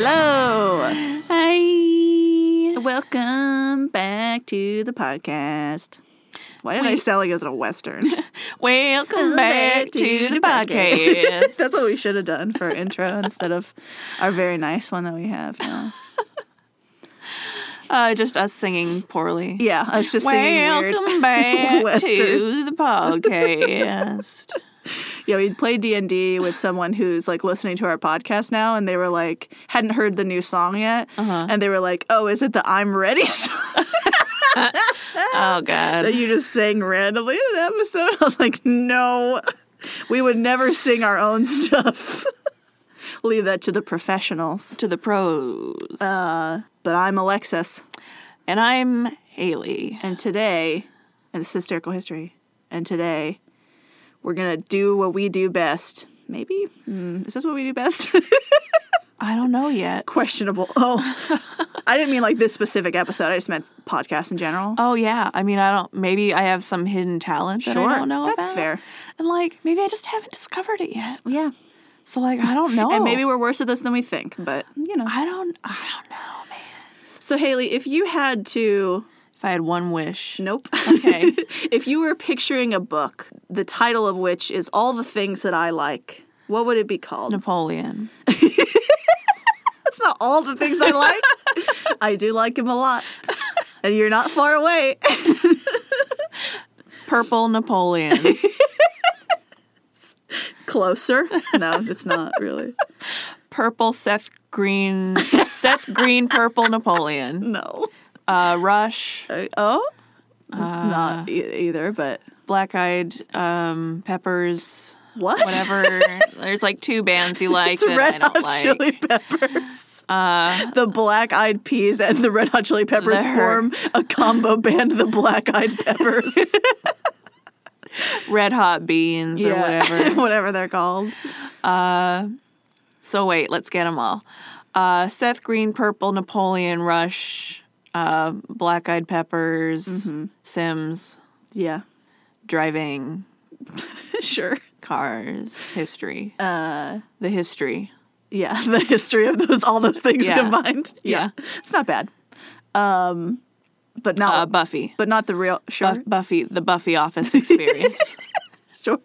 Hello. Hi. Welcome back to the podcast. Why did I Wait. sound like it was a Western? Welcome back to the podcast. That's what we should have done for our intro instead of our very nice one that we have now. Uh, just us singing poorly. Yeah, I was just singing Welcome weird. back to Western. the podcast. Yeah, we played D and D with someone who's like listening to our podcast now, and they were like hadn't heard the new song yet, Uh-huh. and they were like, "Oh, is it the I'm Ready song oh that God. you just sang randomly in an episode?" I was like, "No, we would never sing our own stuff. Leave that to the professionals." To the pros. Uh, but I'm Alexis, and I'm Haley. and today, and this is hysterical history, and today, we're gonna do what we do best. Maybe Hmm, is this what we do best? I don't know yet. questionable. Oh, I didn't mean like this specific episode. I just meant podcast in general. Oh yeah. I mean, I don't. Maybe I have some hidden talent that I don't know that's about. fair. And like, maybe I just haven't discovered it yet. Yeah, So like, I don't know. and maybe we're worse at this than we think, but you know. Oh. I don't. I don't know, man. So Haley, if you had to, If I had one wish. nope. Okay. if you were picturing a book, the title of which is "All the Things That I Like," what would it be called? Napoleon. That's not all the things I like. I do like him a lot, and you're not far away. Purple Napoleon. Closer? No, it's not really. purple Seth Green. Seth Green, purple Napoleon. No. Uh, Rush, Uh, oh, it's not e- either. But Black Eyed um, Peppers, what? whatever. There's like two bands you like It's that Red I don't Hot like. Chili Peppers. Uh, The Black Eyed Peas and the Red Hot Chili Peppers The her- form a combo band, the Black Eyed Peppers. Red Hot Beans or whatever. whatever they're called. So wait, let's get them all. Uh, Seth Green, purple Napoleon, Rush, uh, Black Eyed Peppers, Mm-hmm. Sims, Yeah, driving sure. cars, history. Uh, the history. Yeah, the history of those, all those things Yeah. combined. Yeah. it's not bad. Um, but Uh. not, Uh, Buffy. but not the real. Sure, Buff- Buffy, the Buffy office experience. sure.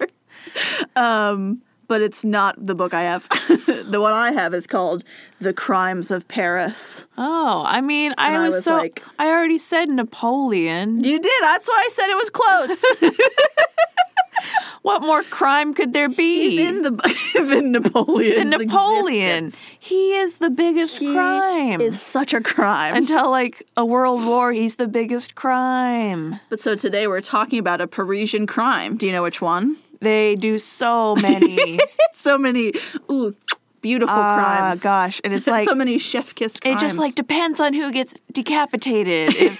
Um, but it's not the book I have. the one I have is called "The Crimes of Paris." oh, I mean, I And I was, was so. like- I already said Napoleon. You did. That's why I said it was close. What more crime could there be? He's in the in Napoleon. than Napoleon. He is the biggest crime. is such a crime. Until like a world war, he's the biggest crime. but so today we're talking about a Parisian crime. Do you know which one? They do so many So many ooh beautiful Ah, crimes. Gosh, and it's like so many chef kiss it crimes. just like depends on who gets decapitated.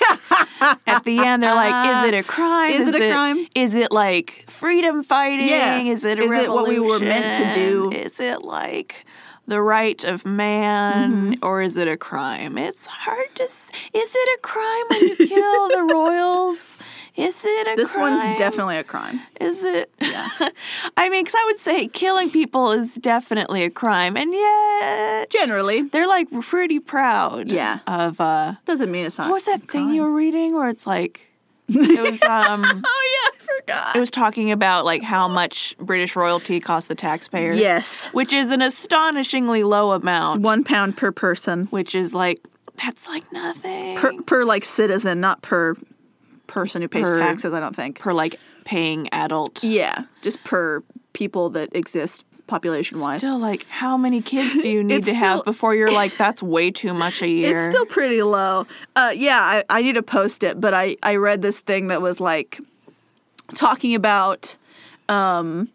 If at the end, they're like, "Is it a crime? Is it a crime? Is it like freedom fighting? Yeah. Is it a Is it revolution? what we were meant to do? Is it like the right of man, Mm-hmm. or is it a crime? It's hard to. S- is it a crime when you kill the royals? Is it a this crime? one's definitely a crime. Is it? Yeah. I mean, because I would say killing people is definitely a crime, and yet Generally, they're like pretty proud. Yeah. Of uh, doesn't mean it's not. what was that thing you crime. were reading where it's like it was um Oh yeah, I it forgot. was talking about like how much British royalty cost the taxpayers. Yes, Which is an astonishingly low amount. one pound per person Which is like that's like nothing per, per, per like citizen, not per person who pays Per- taxes. I don't think. like paying adult. yeah, just per people that exist population wise. Still, like, how many kids do you need It's to have still- before you're like, that's way too much a year? It's still pretty low. Uh, yeah, I, I need to post it, but I, I read this thing that was like talking about, um,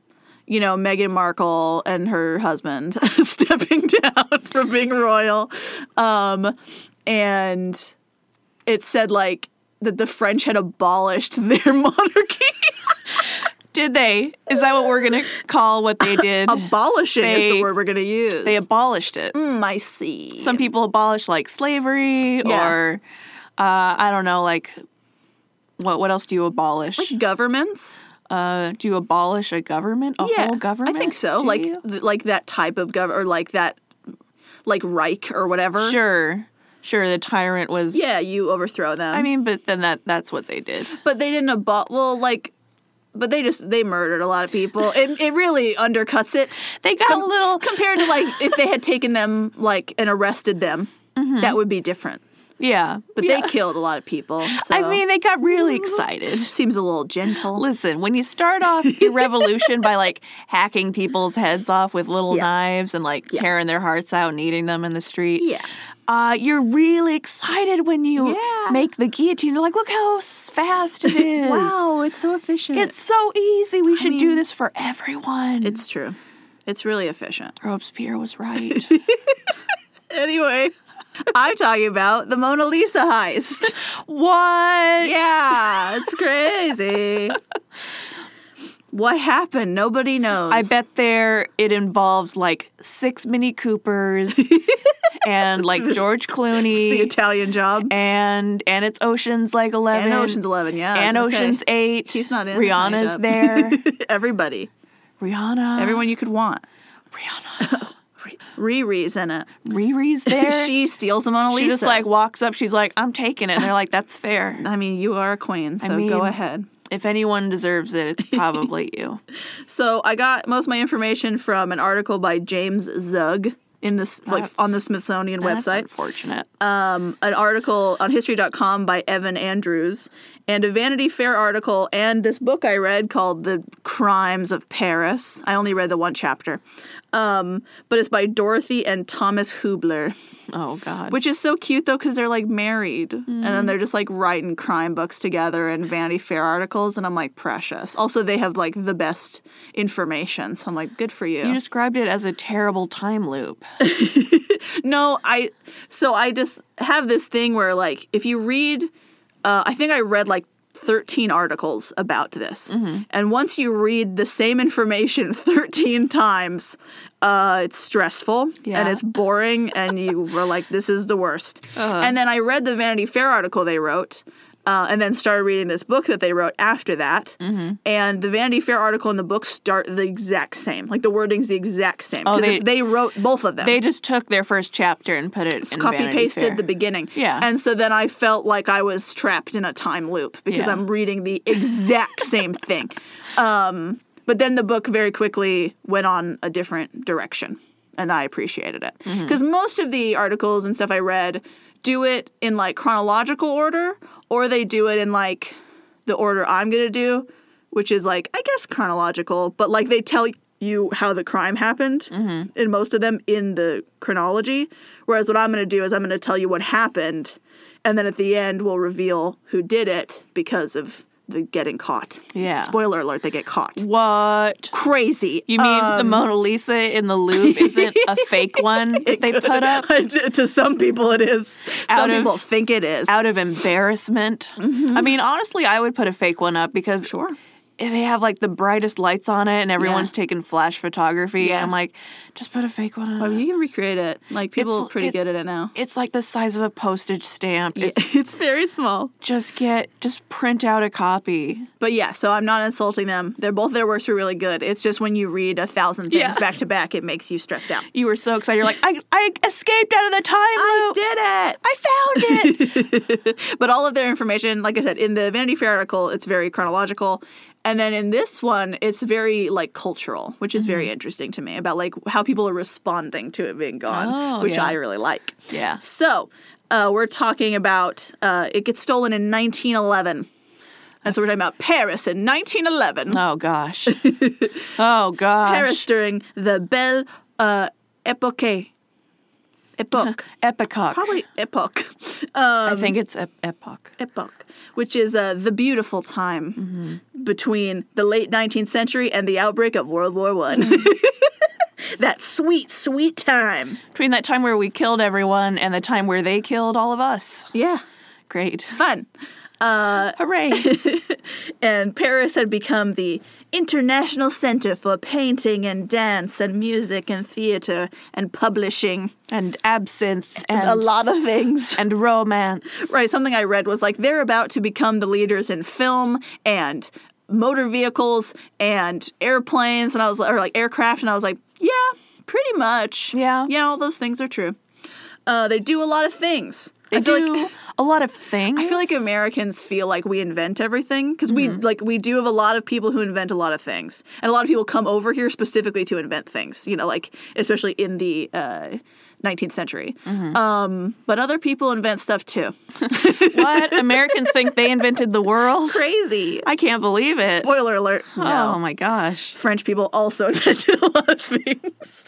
you know, Meghan Markle and her husband stepping down from being royal. Um, and it said like that the French had abolished their monarchy. Did they? Is that what we're gonna call what they did? Abolishing is the They- word we're going to use. they abolished it. Mm, I see. some people abolish like slavery Yeah. or uh, I don't know, like what what else do you abolish? governments. uh, do you abolish a government, a whole government? I think so. Do like you? th- like that type of government or like that like Reich or whatever. Sure, sure. The tyrant was. uh, Yeah, you overthrow them. I mean, but then that—that's what they did. but they didn't abol. Well, like, but they just they murdered a lot of people. It it really undercuts it They got a little. compared to like if they had taken them like and arrested them, that would be different. Yeah, But yeah. they killed a lot of people. So Mm-hmm. I mean, they got really excited. seems a little gentle. Listen, when you start off your revolution by like hacking people's heads off with little Yeah. knives and like Yeah. tearing their hearts out and eating them in the street, Yeah. uh, you're really excited when you Yeah. make the guillotine. You're like, look how s- fast it is. it's so efficient. It's so easy. We should do mean, this for everyone. it's true. It's really efficient. Robespierre was right. Anyway, I'm talking about the Mona Lisa heist. what? yeah, it's crazy. what happened? Nobody knows. I bet there it involves like six Mini Coopers and like George the Clooney Italian job. and and it's Ocean's like eleven And Ocean's Eleven, yeah. I was and gonna say. Ocean's Eight. He's not in. Rihanna's there. Everybody, Rihanna. everyone you could want. Rihanna. Riri's in it. Riri's there. she steals the Mona Lisa. She just like walks up. She's like, "I'm taking it." And they're like, "That's fair. I mean, you are a queen, so mean- go ahead. If anyone deserves it, it's probably you." So I got most of my information from an article by James Zug in this like That's- on the Smithsonian That's website. unfortunate. Um, an article on history.com by Evan Andrews and a Vanity Fair article and this book I read called The Crimes of Paris. I only read the one chapter. Um, but it's by Dorothy and Thomas Hubler, oh God. which is so cute though cuz they're like married and then they're just like writing crime books together and Vanity Fair articles and I'm like precious. Also they have like the best information. So I'm like good for you described it as a terrible time loop. No, I. So I just have this thing where, like, if you read, uh, I think I read like 13 articles about this. And once you read the same information 13 times, uh, it's stressful and Yeah. it's boring, and you were like, this is the worst. And then I read the Vanity Fair article they wrote. Uh, and then started reading this book that they wrote after that, and the Vanity Fair article and the book start the exact same. Like the wording's the exact same because they- they, they wrote both of them They just took their first chapter and put it in copy Vanity pasted Fair. the beginning. Yeah. And so then I felt like I was trapped in a time loop because Yeah. I'm reading the exact same thing. Um, but then the book very quickly went on a different direction, and I appreciated it Mm-hmm. because most of the articles and stuff I read do it in like chronological order, or they do it in like the order I'm gonna do, which is like I guess chronological, but like they tell you how the crime happened in most of them in the chronology. Whereas what I'm gonna do is I'm gonna tell you what happened, and then at the end we'll reveal who did it because of the getting caught. Yeah. Spoiler alert: they get caught. what? Crazy. You mean the Um, Mona Lisa in the Louvre isn't a fake one that they put up Uh, to to some people it is. Out some of- people think it is. out of embarrassment? I mean, honestly, I would put a fake one up because Sure. if they have like the brightest lights on it and everyone's taking flash photography. Yeah. I'm like, just put a fake one Oh, up. you can recreate it. Like people It's- are pretty it's- good at it now. It's like the size of a postage stamp. It's- It's very small. Just get, just print out a copy. But yeah, so I'm not insulting them. They're both their works were really good. It's just when you read a thousand things Yeah. back to back, it makes you stressed out. You were so excited. You're like, I, I escaped out of the time I loop. did it. I found it. but all of their information, like I said, in the Vanity Fair article, it's very chronological. And then in this one, it's very like cultural, which is Mm-hmm. very interesting to me about like how people are responding to it being gone, Oh, which yeah. I really like. yeah. So uh, we're talking about uh, it gets stolen in 1911. And so we're talking about Paris in 1911. Oh gosh. oh gosh. Paris during the Belle uh, Epoque. Epoque. Epoch. Probably epoch. Um, I think it's ep- epoch. epoch, which is uh, the beautiful time between the late 19th century and the outbreak of World War One. that sweet, sweet time. Between that time where we killed everyone and the time where they killed all of us. Yeah, Great. fun. Uh, Hooray. And Paris had become the international center for painting and dance and music and theater and publishing. and absinthe and a lot of things. and romance. Right, something I read was like they're about to become the leaders in film and motor vehicles and airplanes and I was or like aircraft and I was like, yeah, pretty much. Yeah. Yeah, all those things are true. Uh, they do a lot of things. They I feel do Like, a lot of things. I feel like Americans feel like we invent everything because Mm-hmm. we like we do have a lot of people who invent a lot of things, and a lot of people come over here specifically to invent things. You know, like especially in the uh, 19th century. Mm-hmm. Um, but other people invent stuff too. what Americans think they invented the world. Crazy. I can't believe it. Spoiler alert. No. Oh my gosh. French people also invented a lot of things.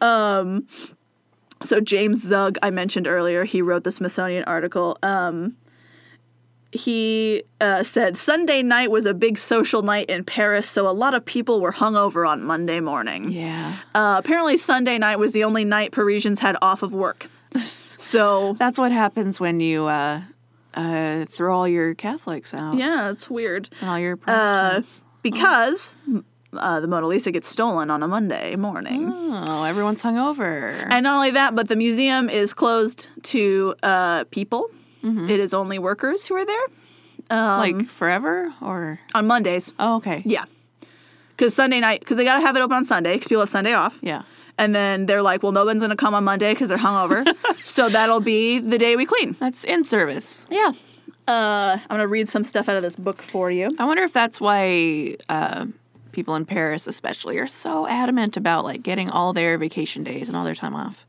Um, so James Zug, I mentioned earlier, he wrote the Smithsonian article. Um, he uh, said Sunday night was a big social night in Paris, so a lot of people were hungover on Monday morning. Yeah. Uh, apparently, Sunday night was the only night Parisians had off of work. So That's what happens when you uh, uh, throw all your Catholics out yeah, it's weird. and all your Uh, Protestants. because uh, the Mona Lisa gets stolen on a Monday morning. oh, everyone's hungover. And not only that, but the museum is closed to uh, people. Mm-hmm. It is only workers who are there like forever or on Mondays. oh okay. um, Yeah. Because Sunday night, because they got to have it open on Sunday because people have Sunday off. Yeah. And then they're like, well, no one's going to come on Monday because they're hungover. so that'll be the day we clean. That's in service. Yeah. Uh, I'm going to read some stuff out of this book for you. I wonder if that's why uh, people in Paris, especially, are so adamant about like getting all their vacation days and all their time off.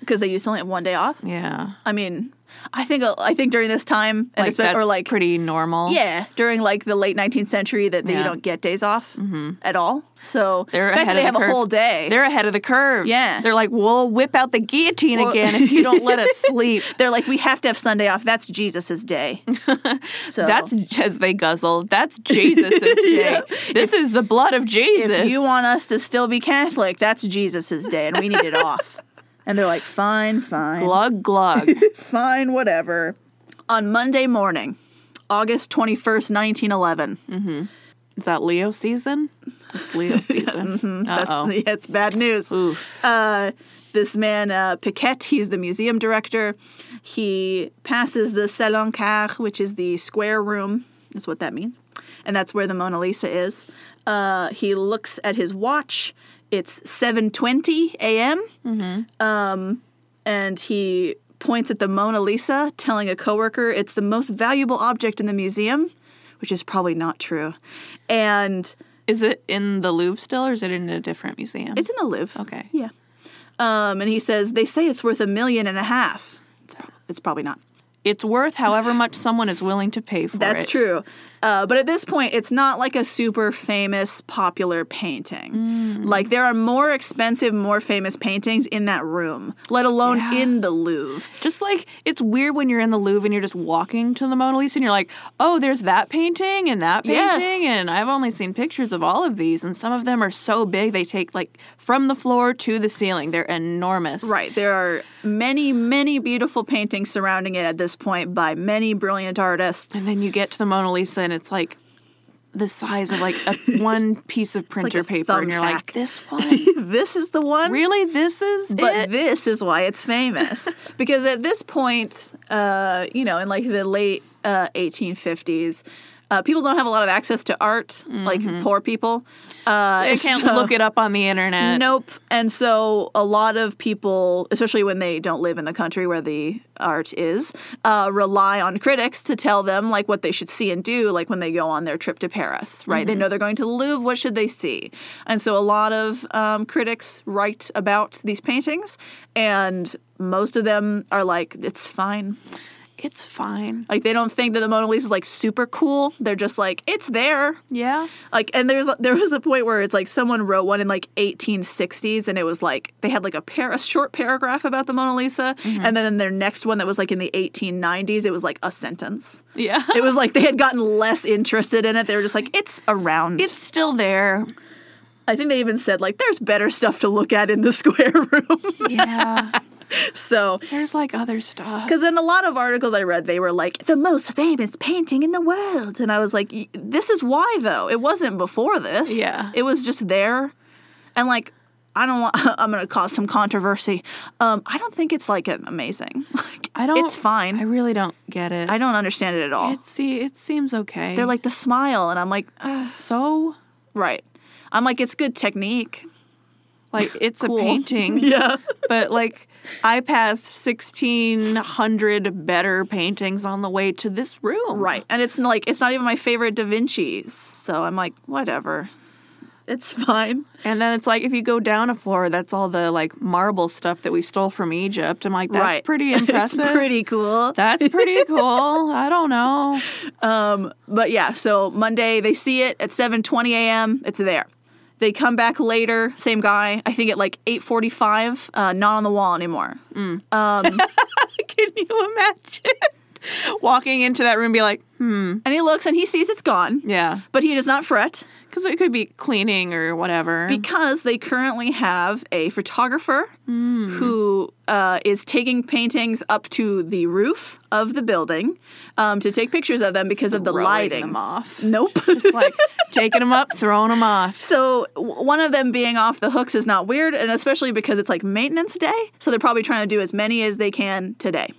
Because they used to only have one day off. Yeah, I mean, I think I think during this time, and like espe- or that's like pretty normal. Yeah, during like the late 19th century, that Yeah. Mm-hmm. you don't get days off at all. So They're the fact ahead that of they the have a curve. whole day. They're, They're ahead of the curve. Yeah. They're like, we'll whip out the guillotine Well- again if you don't let us sleep. like, we have to have Sunday off. That's Jesus's day. so That's as they guzzle. That's Jesus' day. This is the blood of Jesus. if you want us to still be Catholic, that's Jesus's day, and we need it off. And they're like, fine, fine, glug glug. fine, whatever. On Monday morning, August 21st, 1911. is that Leo season? It's Leo season. mm-hmm. That's, Uh-oh. yeah, it's bad news. Oof. uh, this man uh, Piquet, he's the museum director. He passes the Salon Car, which is the square room, is what that means, and that's where the Mona Lisa is. Uh, he looks at his watch. It's 7:20 a.m. Um, and he points at the Mona Lisa, telling a coworker it's the most valuable object in the museum, which is probably not true. And Is it in the Louvre still, or is it in a different museum? it's in the Louvre. okay. Yeah. Um, and he says, they say it's worth a million and a half. It's, prob- it's probably not. It's worth however much someone is willing to pay for That's it. true. Uh, but at this point, it's not like a super famous, popular painting. Mm. Like, there are more expensive, more famous paintings in that room, let alone Yeah. in the Louvre. Just like it's weird when you're in the Louvre and you're just walking to the Mona Lisa and you're like, oh, there's that painting and that painting. Yes. And I've only seen pictures of all of these. And some of them are so big, they take like from the floor to the ceiling. They're enormous. Right. There are many, many beautiful paintings surrounding it at this point by many brilliant artists. And then you get to the Mona Lisa and it's like the size of like a one piece of printer a paper. And you're like, thumbtack. this one? this is the one. really? This is But it? this is why it's famous because at this point, uh, you know, in like the late uh, 1850s, uh, people don't have a lot of access to art, like poor people. Uh, I Mm-hmm. can't look it up on the internet. Nope. And so a lot of people, especially when they don't live in the country where the art is, uh, rely on critics to tell them like what they should see and do, like when they go on their trip to Paris, right? They know they're going to the Louvre. What should they see? And so a lot of um, critics write about these paintings, and most of them are like, "It's fine." It's fine. Like they don't think that the Mona Lisa is like super cool. They're just like, "It's there." Yeah. Like, and there's there was a point where it's like someone wrote one in like 1860s, and it was like they had like a par- a short paragraph about the Mona Lisa, and then their next one that was like in the 1890s, it was like a sentence. Yeah. It was like they had gotten less interested in it. They were just like, it's around. It's still there. I think they even said like, there's better stuff to look at in the square room. Yeah. so. There's like other stuff. Because in a lot of articles I read, they were like, the most famous painting in the world. And I was like, "Y- this is why, though. It wasn't before this. Yeah. It was just there. And like, I don't want, I'm going to cause some controversy. Um, I don't think it's like amazing. Like, I don't. It's fine. I I, really don't get it. don't understand it at all. it see. It seems okay. They're like, the smile. And I'm like, "Ugh." so. right. I'm like, it's good technique. Like it's Cool. a painting, Yeah. but like I passed 1,600 better paintings on the way to this room. Right. And it's like it's not even my favorite Da Vinci's. So I'm like, whatever. It's fine. And then it's like if you go down a floor, that's all the like marble stuff that we stole from Egypt. I'm like, that's right. pretty impressive. it's pretty cool. that's pretty cool. I don't know. Um, but yeah, so Monday they see it at 7:20 a.m. It's there. They come back later, same guy. I think at like 8:45, uh, not on the wall anymore. Mm. Can you imagine walking into that room and be like, hmm, And he looks and he sees it's gone, yeah. but he does not fret Because it could be cleaning or whatever. because they currently have a photographer Mm. who uh, is taking paintings up to the roof of the building um, to take pictures of them because of the Throwing lighting. them off. Nope. Just like taking them up, throwing them off. So w- one of them being off the hooks is not weird, and especially because it's like maintenance day, so they're probably trying to do as many as they can today.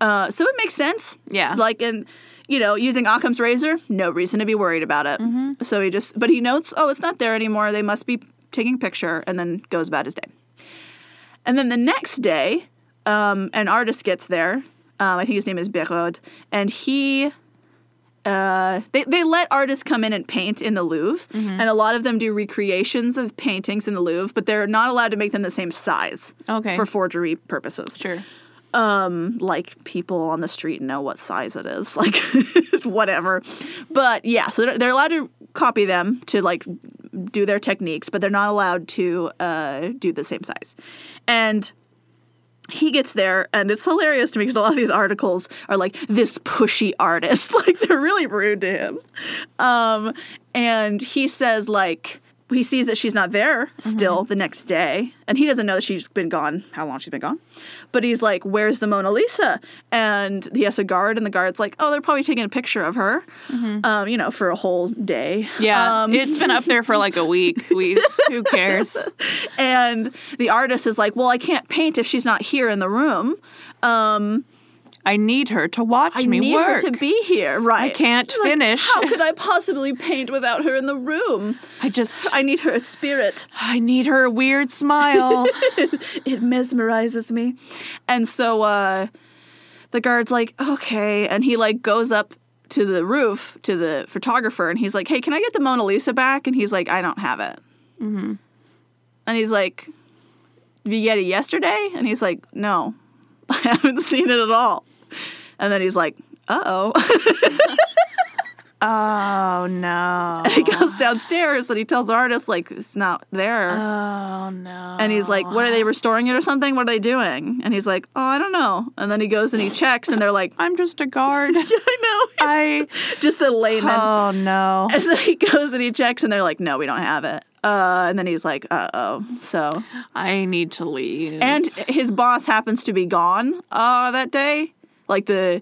Uh, so it makes sense. Yeah. Like in, you know, using Occam's razor, no reason to be worried about it. So he just, but he notes, oh, it's not there anymore. They must be taking picture, and then goes about his day. And then the next day, um, an artist gets there. Um, I think his name is Berod, and he uh, they, they let artists come in and paint in the Louvre, Mm-hmm. and a lot of them do recreations of paintings in the Louvre, but they're not allowed to make them the same size Okay. for forgery purposes. Sure. Like people on the street know what size it is, like whatever. But yeah, so they're, they're allowed to copy them to like do their techniques, but they're not allowed to uh, do the same size. And he gets there, and it's hilarious to me because a lot of these articles are like this pushy artist, like they're really rude to him. Um, and he says like he sees that she's not there still the next day, and he doesn't know that she's been gone. How long she's been gone? But he's like, "Where's the Mona Lisa?" And he has a guard, and the guard's like, "Oh, they're probably taking a picture of her, um, you know, for a whole day." Yeah. Um, it's been up there for like a week. We who cares? and the artist is like, "Well, I can't paint if she's not here in the room." Um, I need her to watch I me need work. her to be here. Right. I can't Like, finish. How could I possibly paint without her in the room? I just I need her spirit. I need her weird smile. It mesmerizes me. And so uh the guard's like, "Okay." And he like goes up to the roof to the photographer and he's like, "Hey, can I get the Mona Lisa back?" And he's like, "I don't have it." Mm-hmm. And he's like, "Did you get it yesterday?" And he's like, "No. I haven't seen it at all." And then he's like, "Uh-oh." oh no. he goes downstairs and he tells the artist like it's not there Oh no. and he's like what are they restoring it or something what are they doing and he's like oh i don't know and then he goes and he checks and they're like I'm just a guard. i know I just a layman Oh no. and so he goes and he checks and they're like no we don't have it uh, and then he's like uh-oh so I need to leave. and his boss happens to be gone uh, that day like the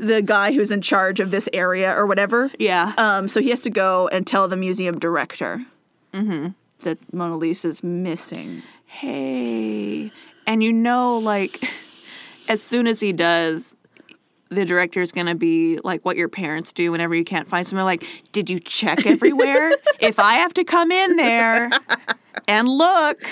the guy who's in charge of this area or whatever yeah. Um, so he has to go and tell the museum director that Mona Lisa's missing. hey. And you know like as soon as he does the director's gonna be like what your parents do whenever you can't find someone. Like, did you check everywhere? if I have to come in there and look,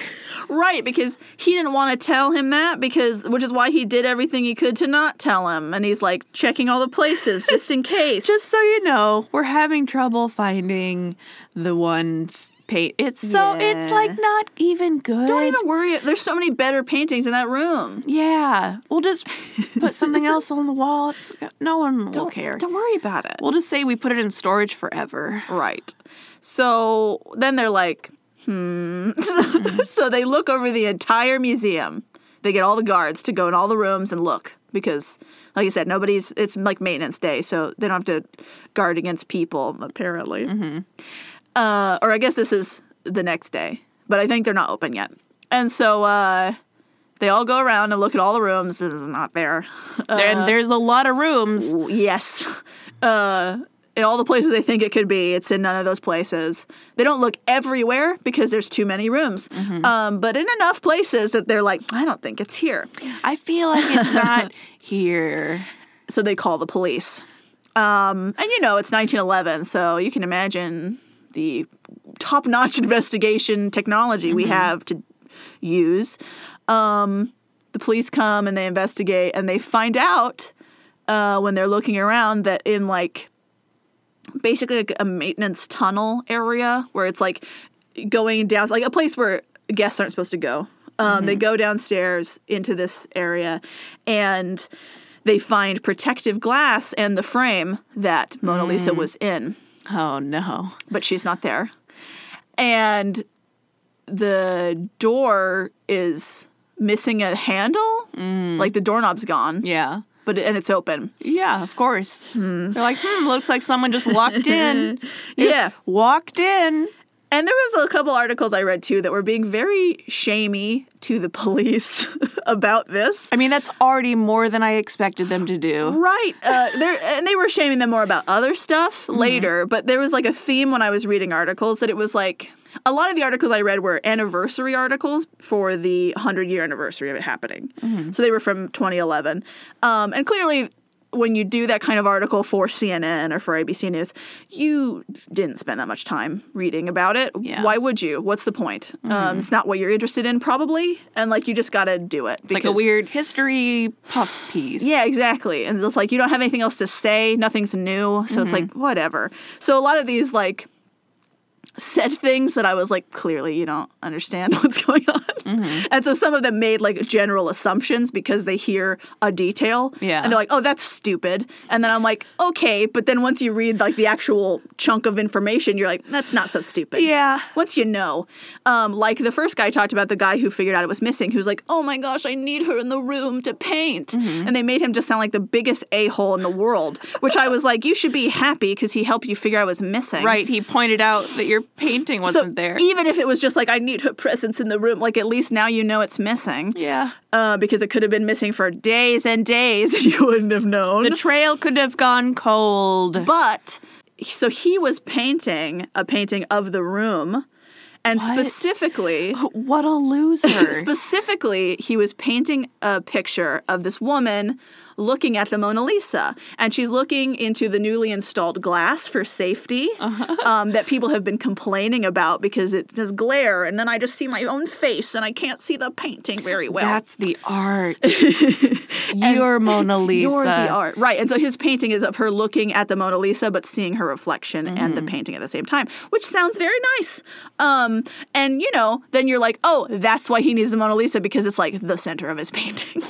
Right, because he didn't want to tell him that because which is why he did everything he could to not tell him and he's like checking all the places just in case. just so you know, we're having trouble finding the one f- paint. It's so it's Yeah. like not even good. don't even worry. There's so many better paintings in that room. Yeah, we'll just put something else on the wall. It's, no one will Don't care. Don't worry about it. We'll just say we put it in storage forever. Right. So then they're like, hmm. so they look over the entire museum. They get all the guards to go in all the rooms and look because, like I said, nobody's, it's like maintenance day, so they don't have to guard against people, apparently. Uh, or I guess this is the next day, but I think they're not open yet. And so uh, they all go around and look at all the rooms. This is not there. and there's a lot of rooms. Yes. Uh, in all the places they think it could be, it's in none of those places. They don't look everywhere because there's too many rooms, um, but in enough places that they're like, I don't think it's here. I feel like it's not here. So they call the police. Um, and you know, it's 1911, so you can imagine the top notch investigation technology we have to use. Um, the police come and they investigate and they find out uh, when they're looking around that in like basically like a maintenance tunnel area where it's like going down like a place where guests aren't supposed to go um, they go downstairs into this area and they find protective glass and the frame that mona lisa was in Oh no. but she's not there. And the door is missing a handle. Like the doorknob's gone, Yeah. but and it's open. Yeah, of course. They're like, hmm, looks like someone just walked in. Yeah. Walked in. And there was a couple articles I read too that were being very shamey to the police about this. I mean, that's already more than I expected them to do. Right. Uh, there, and they were shaming them more about other stuff Mm-hmm. later, but there was like a theme when I was reading articles that it was like a lot of the articles I read were anniversary articles for the 100 year anniversary of it happening. Mm-hmm. So they were from 2011. Um, and clearly, when you do that kind of article for CNN or for ABC News, you didn't spend that much time reading about it. Yeah. Mm-hmm. Why would you? What's the point? Um, it's not what you're interested in, probably. And like, you just got to do it. It's like a weird history puff piece. Yeah, exactly. And it's like you don't have anything else to say, nothing's new, so it's like Mm-hmm. whatever. So a lot of these like said things that I was like, clearly you don't understand what's going on. Mm-hmm. And so some of them made like general assumptions because they hear a detail. Yeah. And they're like, oh, that's stupid. And then I'm like, okay. But then once you read like the actual chunk of information, you're like, that's not so stupid. Yeah. Once you know, um, like the first guy talked about the guy who figured out it was missing, who's like, oh my gosh, I need her in the room to paint. Mm-hmm. And they made him just sound like the biggest a hole in the world, which I was like, you should be happy because he helped you figure out it was missing. Right. e He pointed out that your painting So wasn't there. even if it was just like, I need her presence in the room, like at least now you know it's missing. yeah. Uh, because it could have been missing for days and days and you wouldn't have known. The trail could have gone cold. But so he was painting a painting of the room and What? specifically what a loser. specifically he was painting a picture of this woman looking at the Mona Lisa and she's looking into the newly installed glass for safety um, that people have been complaining about because it does glare and then I just see my own face and I can't see the painting very well. That's the art. You're Mona Lisa. You're the art. Right. And so his painting is of her looking at the Mona Lisa, but seeing her reflection and the painting at the same time, which sounds very nice. Um, and, you know, then you're like, oh, that's why he needs the Mona Lisa because it's like the center of his painting.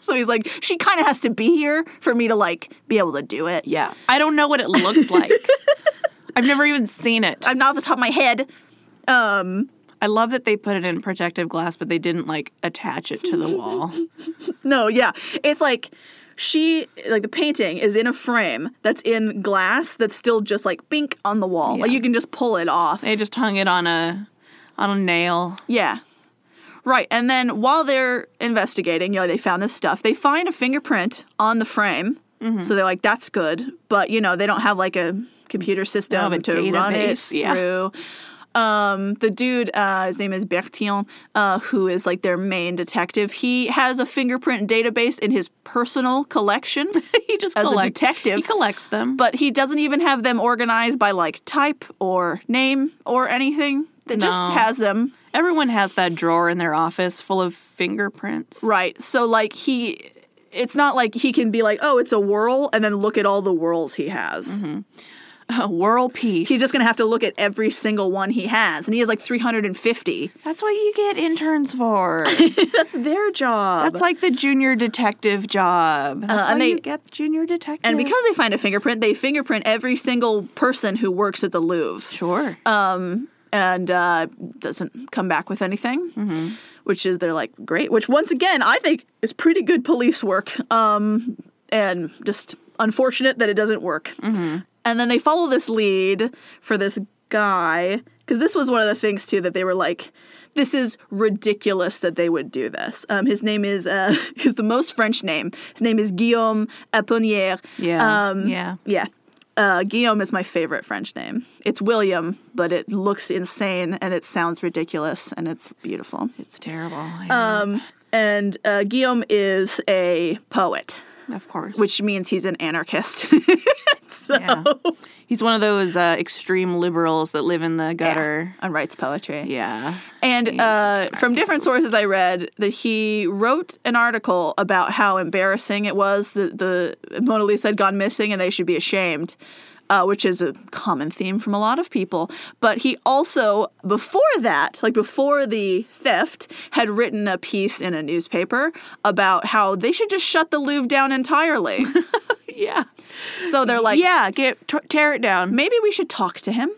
so he's like, she kind of has to be here for me to like be able to do it. Yeah. I don't know what it looks like. I've never even seen it. I'm not off the top of my head. Um, I love that they put it in protective glass, but they didn't like attach it to the wall. No, yeah. It's like she like the painting is in a frame that's in glass that's still just like bink on the wall. Like Yeah. you can just pull it off. they just hung it on a on a nail. yeah. Right. And then while they're investigating, you know, they found this stuff. They find a fingerprint on the frame. Mm-hmm. So they're like, that's good. But, you know, they don't have like a computer system They don't to have a run it database, yeah. through. Um, the dude, uh, his name is Bertillon, uh, who is like their main detective. He has a fingerprint database in his personal collection. he just As a collect- detective. He collects them, but he doesn't even have them organized by like type or name or anything. That just No. has them everyone has that drawer in their office full of fingerprints. right. So like he, it's not like he can be like, oh, it's a whirl, and then look at all the whirls he has. A whirl piece. He's just gonna have to look at every single one he has, and he has like 350. That's what you get interns for. That's their job. Uh, That's like the junior detective job. That's why and they- you get junior detective. and because they find a fingerprint, they fingerprint every single person who works at the Louvre. sure, um, and uh, doesn't come back with anything, which is they're like great. Which once again, I think is pretty good police work, um, and just unfortunate that it doesn't work. Mm-hmm. And then they follow this lead for this guy because this was one of the things too that they were like. This is ridiculous that they would do this. Um, his name is uh, is the most French name. His name is Guillaume Aponnier. Yeah, Um, yeah. yeah. Uh, Guillaume is my favorite French name. It's William, but it looks insane and it sounds ridiculous and it's beautiful. it's terrible. Um, and uh, Guillaume is uh, a poet. of course. which means he's an anarchist. so yeah. Oh. he's one of those uh, extreme liberals that live in the gutter. and writes poetry. Yeah. And uh, from different sources, I read that he wrote an article about how embarrassing it was that the Mona Lisa had gone missing and they should be ashamed, uh, which is a common theme from a lot of people. But he also, before that, like before the theft, had written a piece in a newspaper about how they should just shut the Louvre down entirely. Yeah. so they're like, yeah, get t- tear it down. maybe we should talk to him.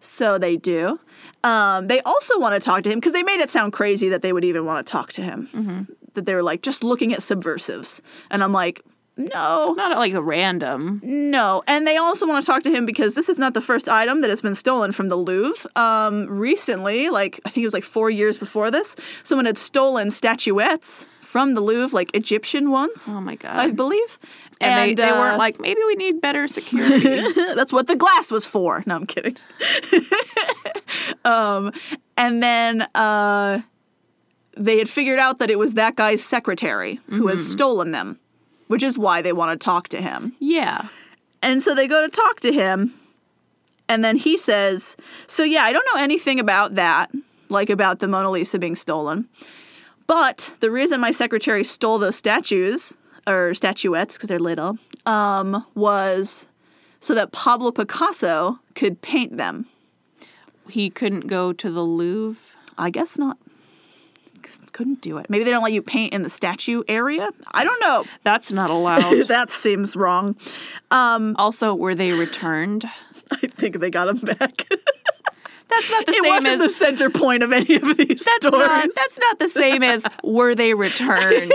So they do. Um, they also want to talk to him because they made it sound crazy that they would even want to talk to him. That they were like just looking at subversives, and I'm like, no, Not like a random. no. And they also want to talk to him because this is not the first item that has been stolen from the Louvre. Um, recently, like I think it was like four years before this, someone had stolen statuettes from the Louvre, like Egyptian ones, Oh my god. I believe. and, they, they uh, weren't like maybe we need better security. That's what the glass was for. No, I'm kidding. um, and then uh, they had figured out that it was that guy's secretary who had stolen them, which is why they want to talk to him. yeah. And so they go to talk to him. And then he says, So, yeah, I don't know anything about that, like about the Mona Lisa being stolen. But the reason my secretary stole those statues, or statuettes, because they're little, um, was so that Pablo Picasso could paint them. He couldn't go to the Louvre. I guess not. C- Couldn't do it. Maybe they don't let you paint in the statue area? I don't know. That's not allowed. that seems wrong. also, were they returned? I think they got them back. That's not the it same wasn't as the center point of any of these that's stories. not that's not the same as were they returned.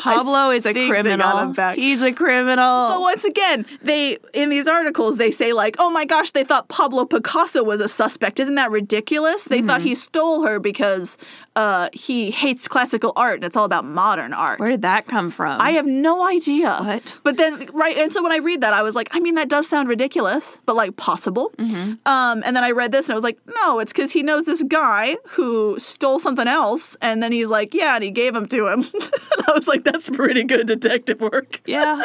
Pablo is a they got criminal. him back. He's a criminal. But once again, they in these articles they say like, "Oh my gosh, they thought Pablo Picasso was a suspect. Isn't that ridiculous? They thought he stole her because uh, he hates classical art and it's all about modern art." Where did that come from? I have no idea. What? But then, right, and so when I read that, I was like, I mean, that does sound ridiculous, but like possible. Mm-hmm. Um, and then I read this, and I was like, no, it's because he knows this guy who stole something else, and then he's like, yeah, and he gave him to him. and I was like, that's pretty good detective work yeah.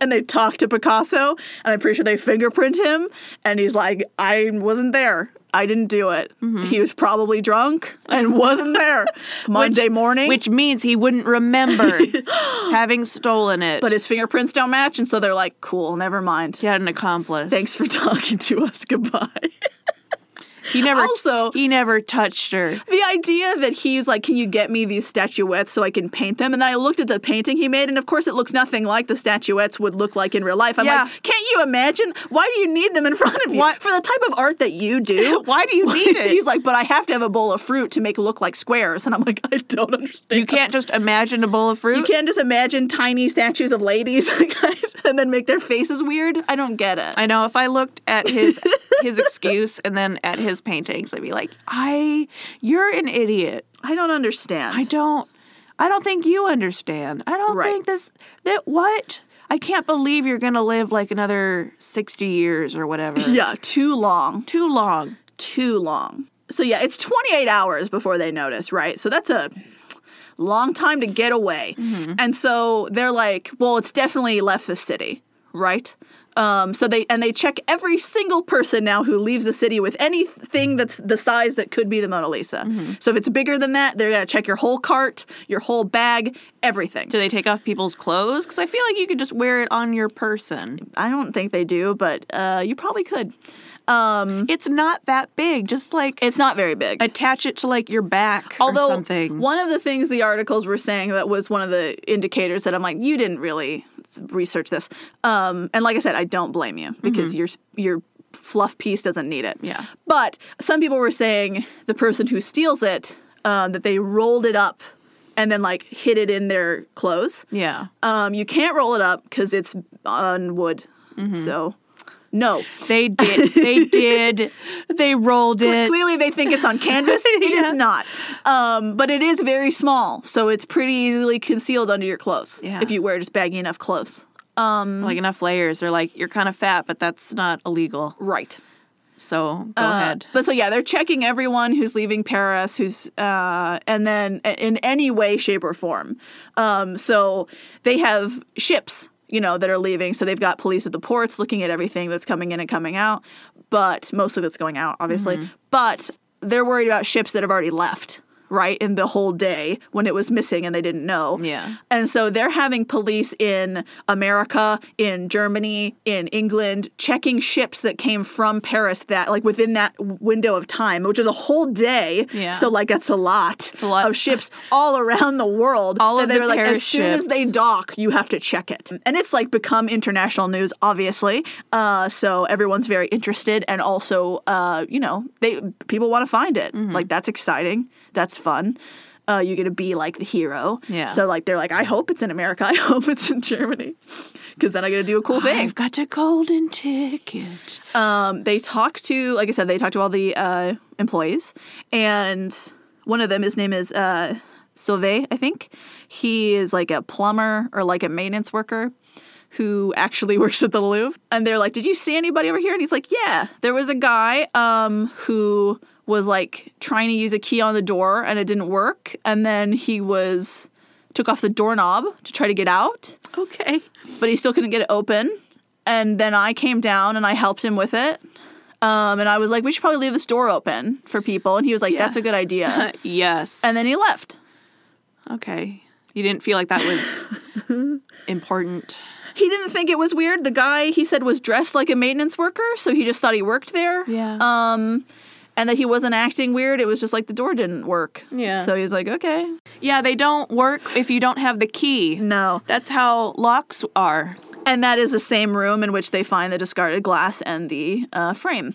and they talk to Picasso, and I'm pretty sure they fingerprint him, and he's like, I wasn't there. I didn't do it. Mm-hmm. He was probably drunk and wasn't there Monday morning. Which means he wouldn't remember having stolen it. but his fingerprints don't match, and so they're like, cool, never mind. he had an accomplice. Thanks for talking to us. Goodbye. He never Also- he never touched her. the idea that he's like, can you get me these statuettes so I can paint them? And then I looked at the painting he made, and of course, it looks nothing like the statuettes would look like in real life. I'm Yeah. like, can't you imagine? Why do you need them in front of you? Why- For the type of art that you do, Why do you need it? He's like, but I have to have a bowl of fruit to make it look like squares. And I'm like, I don't understand. you can't just imagine a bowl of fruit. You can't just imagine tiny statues of ladies and then make their faces weird. I don't get it. I know if I looked at his his excuse and then at his paintings, I'd be like, "I, you're an idiot. I don't understand. I don't, I don't think you understand. I don't Right. think this that what I can't believe you're gonna live like another sixty years or whatever. yeah, too long. too long. Too long. So yeah, it's 28 hours before they notice, right? So that's a long time to get away. And so they're like, well, it's definitely left the city, right? Um, so they and they check every single person now who leaves the city with anything that's the size that could be the Mona Lisa. So if it's bigger than that, they're gonna check your whole cart, your whole bag, everything. Do they take off people's clothes? Because I feel like you could just wear it on your person. I don't think they do, but uh, you probably could. Um, It's not that big. Just like it's not very big. attach it to like your back Although or something. one of the things the articles were saying that was one of the indicators that I'm like, you didn't really research this. Um, and like I said, I don't blame you because your your fluff piece doesn't need it. Mm-hmm. Yeah. But some people were saying the person who steals it um, that they rolled it up and then like hid it in their clothes. yeah. Um, you can't roll it up because it's on wood. So no. They did. They did. They rolled it. Clearly, they think it's on canvas. It is Yeah. not. Um, but it is very small, so it's pretty easily concealed under your clothes Yeah. if you wear just baggy enough clothes. um, Like enough layers. They're like, you're kind of fat, but that's not illegal. Right. So go Uh, ahead. But so yeah, they're checking everyone who's leaving Paris, who's uh, and then in any way, shape, or form. Um, so they have ships, you know, that are leaving. So they've got police at the ports looking at everything that's coming in and coming out, but mostly that's going out, obviously. Mm-hmm. But they're worried about ships that have already left. Right in the whole day when it was missing and they didn't know. Yeah. And so they're having police in America, in Germany, in England, checking ships that came from Paris that, like, within that window of time, which is a whole day. Yeah. So, like, that's a lot, a lot. of ships all around the world. All that of they the were like, as Paris soon as they ships. dock, you have to check it. And it's like become international news, obviously. Uh, so everyone's very interested, and also, uh, you know, they people want to find it. Mm-hmm. Like, that's exciting. That's fun. Uh, you get to be like the hero. Yeah. So like they're like, I hope it's in America. I hope it's in Germany, because then I get to do a cool thing. I've got a golden ticket. Um, they talk to, like I said, they talk to all the uh, employees, and one of them, his name is uh, Sauvé, I think. He is like a plumber or like a maintenance worker who actually works at the Louvre. And they're like, "Did you see anybody over here?" And he's like, "Yeah, there was a guy um, who." was like trying to use a key on the door and it didn't work and then he was took off the doorknob to try to get out Okay. but he still couldn't get it open. And then I came down and I helped him with it. Um, and I was like, we should probably leave this door open for people. And he was like, that's a good idea. Uh, yes. and then he left. okay. You didn't feel like that was important. He didn't think it was weird. The guy he said was dressed like a maintenance worker, so he just thought he worked there. Yeah. Um, and that he wasn't acting weird. It was just like the door didn't work. Yeah. So he was like, okay, Yeah, they don't work if you don't have the key. no. That's how locks are. And that is the same room in which they find the discarded glass and the uh, frame.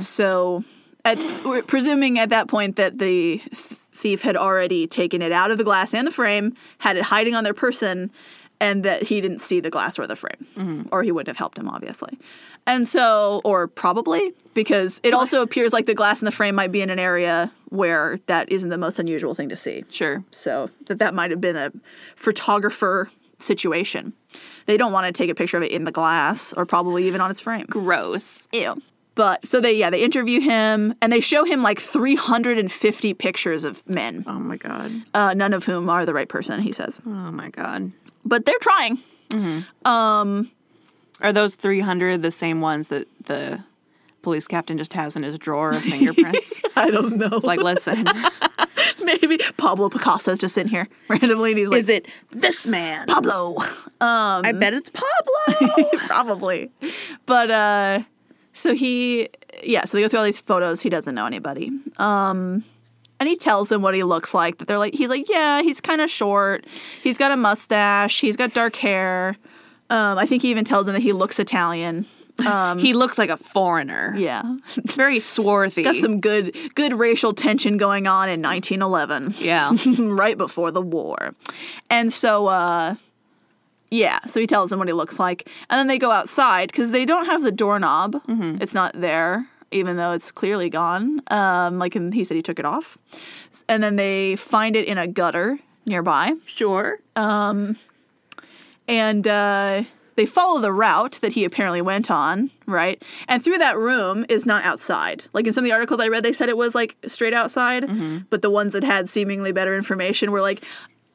So, at, we're presuming at that point that the th- thief had already taken it out of the glass and the frame, had it hiding on their person, and that he didn't see the glass or the frame, or he wouldn't have helped him, obviously. And so, or probably because it also appears like the glass and the frame might be in an area where that isn't the most unusual thing to see. Sure. So that that might have been a photographer situation. They don't want to take a picture of it in the glass or probably even on its frame. Gross. Ew. But so they yeah, they interview him and they show him like 350 pictures of men, Oh my god. uh, none of whom are the right person, he says. Oh my god. But they're trying. Are those 300 the same ones that the police captain just has in his drawer of fingerprints? I don't know. like, listen, maybe Pablo Picasso's just in here randomly and he's like it this man? Pablo. I bet it's Pablo. probably. But uh so he yeah, so they go through all these photos, he doesn't know anybody. Um and he tells them what he looks like. That they're like he's like, "Yeah, he's kind of short. He's got a mustache. He's got dark hair." Um I think he even tells them that he looks Italian. he looks like a foreigner. um, Yeah. Very swarthy. got some good good racial tension going on in 1911. yeah. right before the war. And so, uh, yeah, so he tells them what he looks like. And then they go outside because they don't have the doorknob. It's not there, even though it's clearly gone. Um, like and he said, he took it off. S- And then they find it in a gutter nearby. sure. And uh, they follow the route that he apparently went on, right? And through that room is not outside. Like in some of the articles I read, they said it was like straight outside, but the ones that had seemingly better information were like,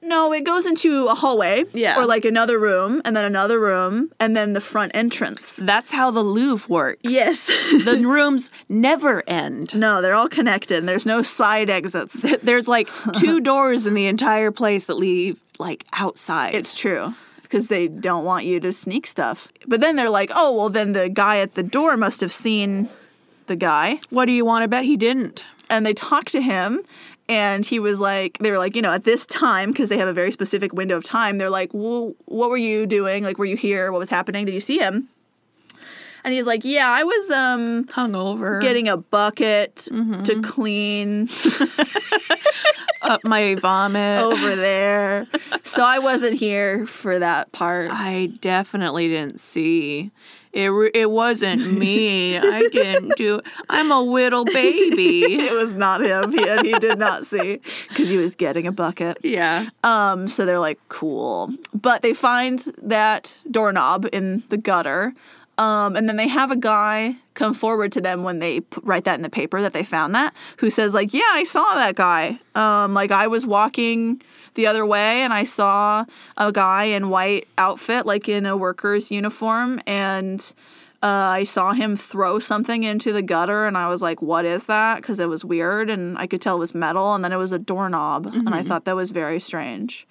no, it goes into a hallway Yeah. or like another room and then another room and then the front entrance. That's how the Louvre works. Yes. The rooms never end. no, they're all connected. and There's no side exits. There's like two doors in the entire place that lead like outside. It's true. Because they don't want you to sneak stuff. But then they're like, oh, well, then the guy at the door must have seen the guy. what do you want to bet he didn't? and they talked to him and he was like they were like you know at this time because they have a very specific window of time they're like well, what were you doing like were you here what was happening did you see him and he's like yeah i was um Hungover. Getting getting a bucket to clean up Oh, my vomit. over there so i wasn't here for that part I definitely didn't see. It re- it wasn't me. I didn't do. I'm a little baby. it was not him he, and he did not see because he was getting a bucket Yeah. Um, so they're like, cool. But they find that doorknob in the gutter. Um, and then they have a guy come forward to them when they p- write that in the paper that they found that, who says, like, yeah, I saw that guy. Um, like, I was walking the other way and I saw a guy in white outfit, like in a worker's uniform, and uh, I saw him throw something into the gutter, and I was like, "What is that?" Because it was weird, and I could tell it was metal, and then it was a doorknob, and Mm-hmm. I thought that was very strange.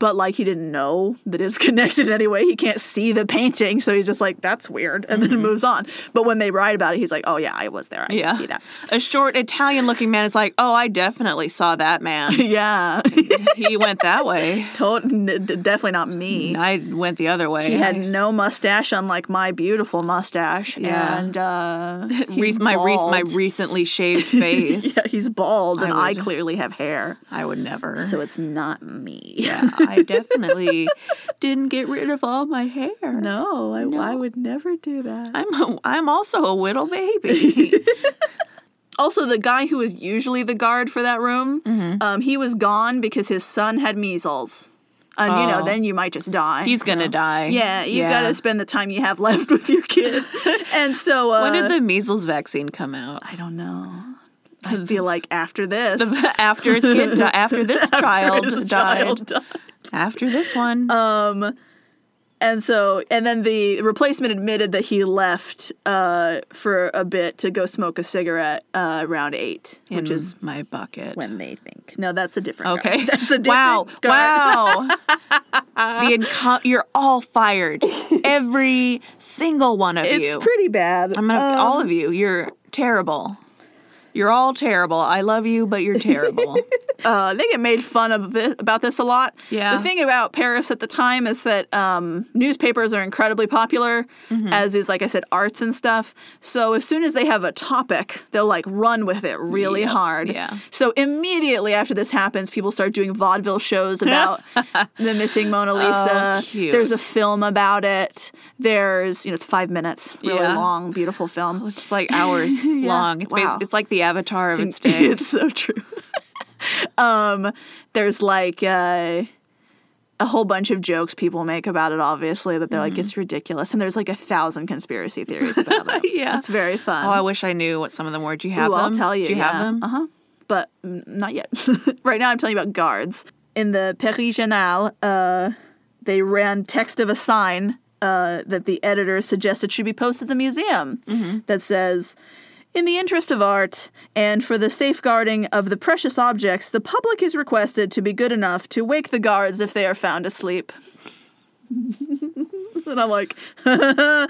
But like, he didn't know that it's connected in any way. He can't see the painting, so he's just like, "That's weird," and then moves on. But when they write about it, he's like, "Oh yeah, I was there. I Mm-hmm. Yeah. can see that." A short Italian looking man is like, oh, I definitely saw that man. yeah, he went that way. Tot- n- d- definitely not me. I went the other way. He had no mustache, unlike my beautiful mustache. Yeah. And uh, Re- he's my re- my bald. recently shaved face. yeah, he's bald, and I would- clearly have hair. I would never. So it's not me. yeah, I definitely didn't get rid of all my hair. No, I, I would never do that. I'm a, I'm also a little baby. Also, the guy who was usually the guard for that room, um, he was gone because his son had measles. And, you know, Oh. then you might just die. He's so- gonna die. Yeah, you got to spend the time you have left with your kid. and so. Uh, When did the measles vaccine come out? I don't know. I feel like after this. after his kid, di- after this child his died, child Um, died. after this one, And so, and then the replacement admitted that he left uh, for a bit to go smoke a cigarette uh, around eight, in which is my bucket. they think. No, that's a different. Okay. guard. that's a different. wow. guard. Wow. the incom- you're all fired. Every single one of it's you. pretty bad. I'm gonna Um, all of you. You're terrible. You're all terrible. I love you, but you're terrible. uh, they get made fun of this, about this a lot. Yeah. The thing about Paris at the time is that um, newspapers are incredibly popular, Mm-hmm. as is, like I said, arts and stuff. So as soon as they have a topic, they'll like run with it really hard. yeah. So immediately after this happens, people start doing vaudeville shows about the missing Mona Lisa. Oh, cute. There's a film about it. There's you know it's five minutes, really Yeah. long, beautiful film. it's like hours long. It's, basi- Wow. it's like the avatar of its It's- day. It's so true. um, there's like uh, a whole bunch of jokes people make about it. Obviously, that they're Mm-hmm. like it's ridiculous, and there's like a thousand conspiracy theories about it. Yeah. it's very fun. Oh, I wish I knew what some of them were. Do you have Ooh, them? I'll tell you. Do you yeah. have them? Uh huh. But mm, not yet. right now, I'm telling you about guards. In the Paris Journal, uh, they ran text of a sign uh, that the editor suggested should be posted at the museum Mm-hmm. that says, in the interest of art and for the safeguarding of the precious objects, the public is requested to be good enough to wake the guards if they are found asleep. and I'm like, Yeah.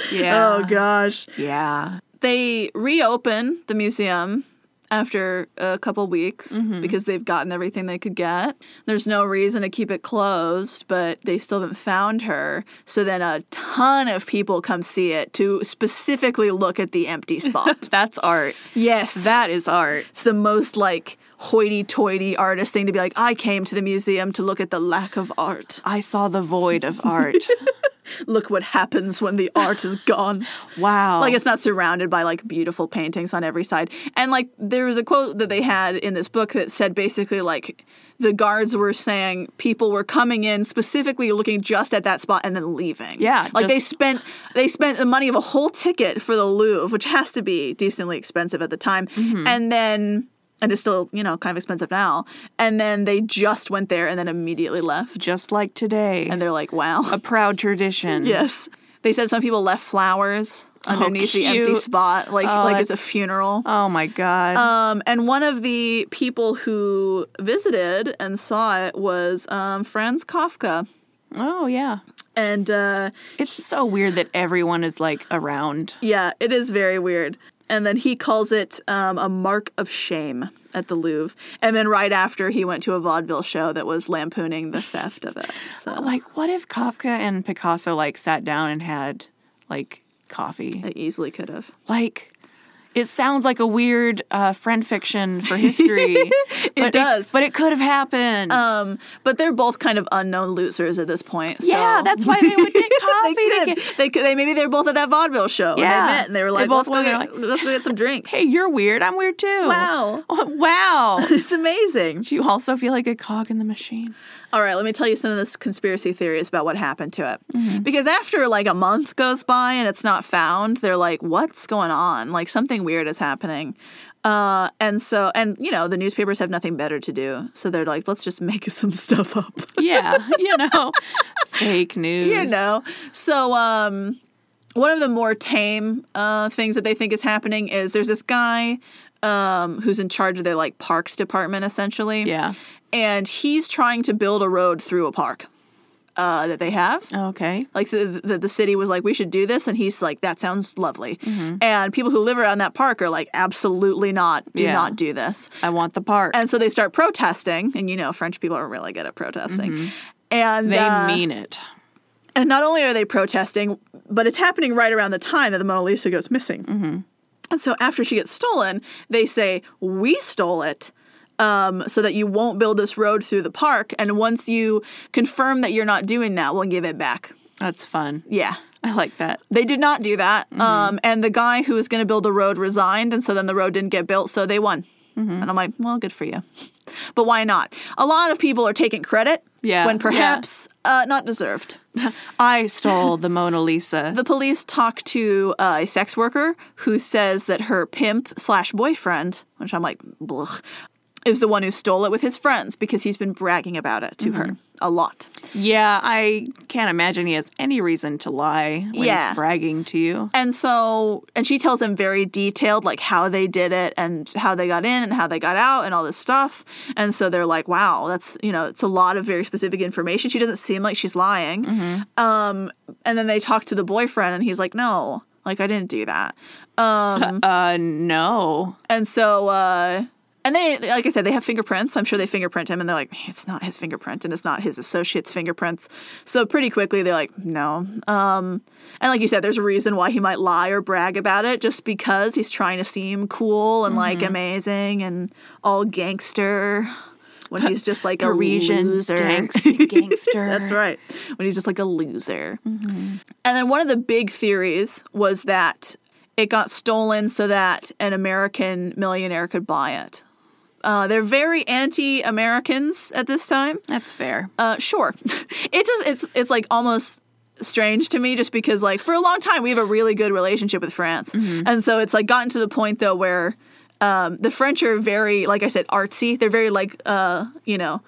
oh gosh Yeah. they reopen the museum after a couple weeks because they've gotten everything they could get. There's no reason to keep it closed, but they still haven't found her. So then a ton of people come see it to specifically look at the empty spot. That's art. yes. That is art. That's the most like hoity toity artist thing to be like, I came to the museum to look at the lack of art. I saw the void of art. Look what happens when the art is gone. wow. Like it's not surrounded by like beautiful paintings on every side. And like there was a quote that they had in this book that said basically like the guards were saying people were coming in specifically looking just at that spot and then leaving. Yeah, Like they just- spent they spent the money of a whole ticket for the Louvre, which has to be decently expensive at the time. Mm-hmm. And then and it's still, you know, kind of expensive now. And then they just went there and then immediately left. just like today. And they're like, wow. a proud tradition. Yes. They said some people left flowers underneath the empty cute. spot, like Oh, like it's a that's- funeral. Oh my god. Um, and one of the people who visited and saw it was um, Franz Kafka, oh yeah. and uh, It's so weird that everyone is like around. yeah, it is very weird. And then he calls it um, a mark of shame at the Louvre. And then right after, he went to a vaudeville show that was lampooning the theft of it. So Like what if Kafka and Picasso like sat down and had like coffee? I easily could have. Like it sounds like a weird uh, friend fiction for history. it but does. but it could have happened. Um, but they're both kind of unknown losers at this point. So. yeah, that's why they would get They coffee. could. together. they could. They maybe they're both at that vaudeville show. Yeah. and they met and they were They like, both let's, go went get, there let's go get some drinks. Hey, you're weird. I'm weird too. Wow. wow. It's amazing. Do you also feel like a cog in the machine? All right, let me tell you some of this conspiracy theories about what happened to it. Mm-hmm. Because after like a month goes by and it's not found, they're like, what's going on? Like something weird is happening. Uh, and so, and you know, the newspapers have nothing better to do. So they're like, let's just make some stuff up. Yeah, you know, fake news. you know so um one of the more tame uh things that they think is happening is there's this guy um who's in charge of their like parks department essentially Yeah. and he's trying to build a road through a park uh that they Uh-huh. have Okay. like so the, the city was like we should do this and he's like that sounds lovely Mm-hmm. and people who live around that park are like absolutely not do Yeah. not do this I want the part. and so they start protesting and you know french people are really good at protesting and Mm-hmm. they uh, mean it. and not only are they protesting, but it's happening right around the time that the Mona Lisa goes missing. Mm-hmm. And so after she gets stolen, they say, We stole it. Um, so that you won't build this road through the park, and once you confirm that you're not doing that, we'll give it back. That's fun. Yeah, I like that. they did not do that. Mm-hmm. Um, and the guy who was going to build the road resigned, and so then the road didn't get built, so they won. Mm-hmm. And I'm like, well, good for you. But why not? A lot of people are taking credit Yeah, when yeah. perhaps uh, not deserved. I stole the Mona Lisa. The police talk to uh, a sex worker who says that her pimp slash boyfriend, which I'm like, blech, is the one who stole it with his friends because he's been bragging about it to her a lot. yeah, I can't imagine he has any reason to lie when Yeah. he's bragging to you. And so, and she tells them very detailed, like how they did it and how they got in and how they got out and all this stuff. And so they're like, wow, that's, you know, it's a lot of very specific information. She doesn't seem like she's lying. Um, and then they talk to the boyfriend and he's like, no, like I didn't do that. Uh, no. And so, uh, and they, like I said, they have fingerprints. I'm sure they fingerprint him, and they're like, it's not his fingerprint, and it's not his associate's fingerprints. So pretty quickly, they're like, no. Um, and like you said, there's a reason why he might lie or brag about it, just because he's trying to seem cool and like Mm-hmm. amazing and all gangster. When he's just like a Parisian loser. danks- gangster. That's right. When he's just like a loser. And then one of the big theories was that it got stolen so that an American millionaire could buy it. Uh, they're very anti-Americans at this time. That's fair. Uh, sure, it just it's it's like almost strange to me just because like for a long time we have a really good relationship with France, and so it's like gotten to the point though where um, the French are very like I said artsy. They're very like uh, you know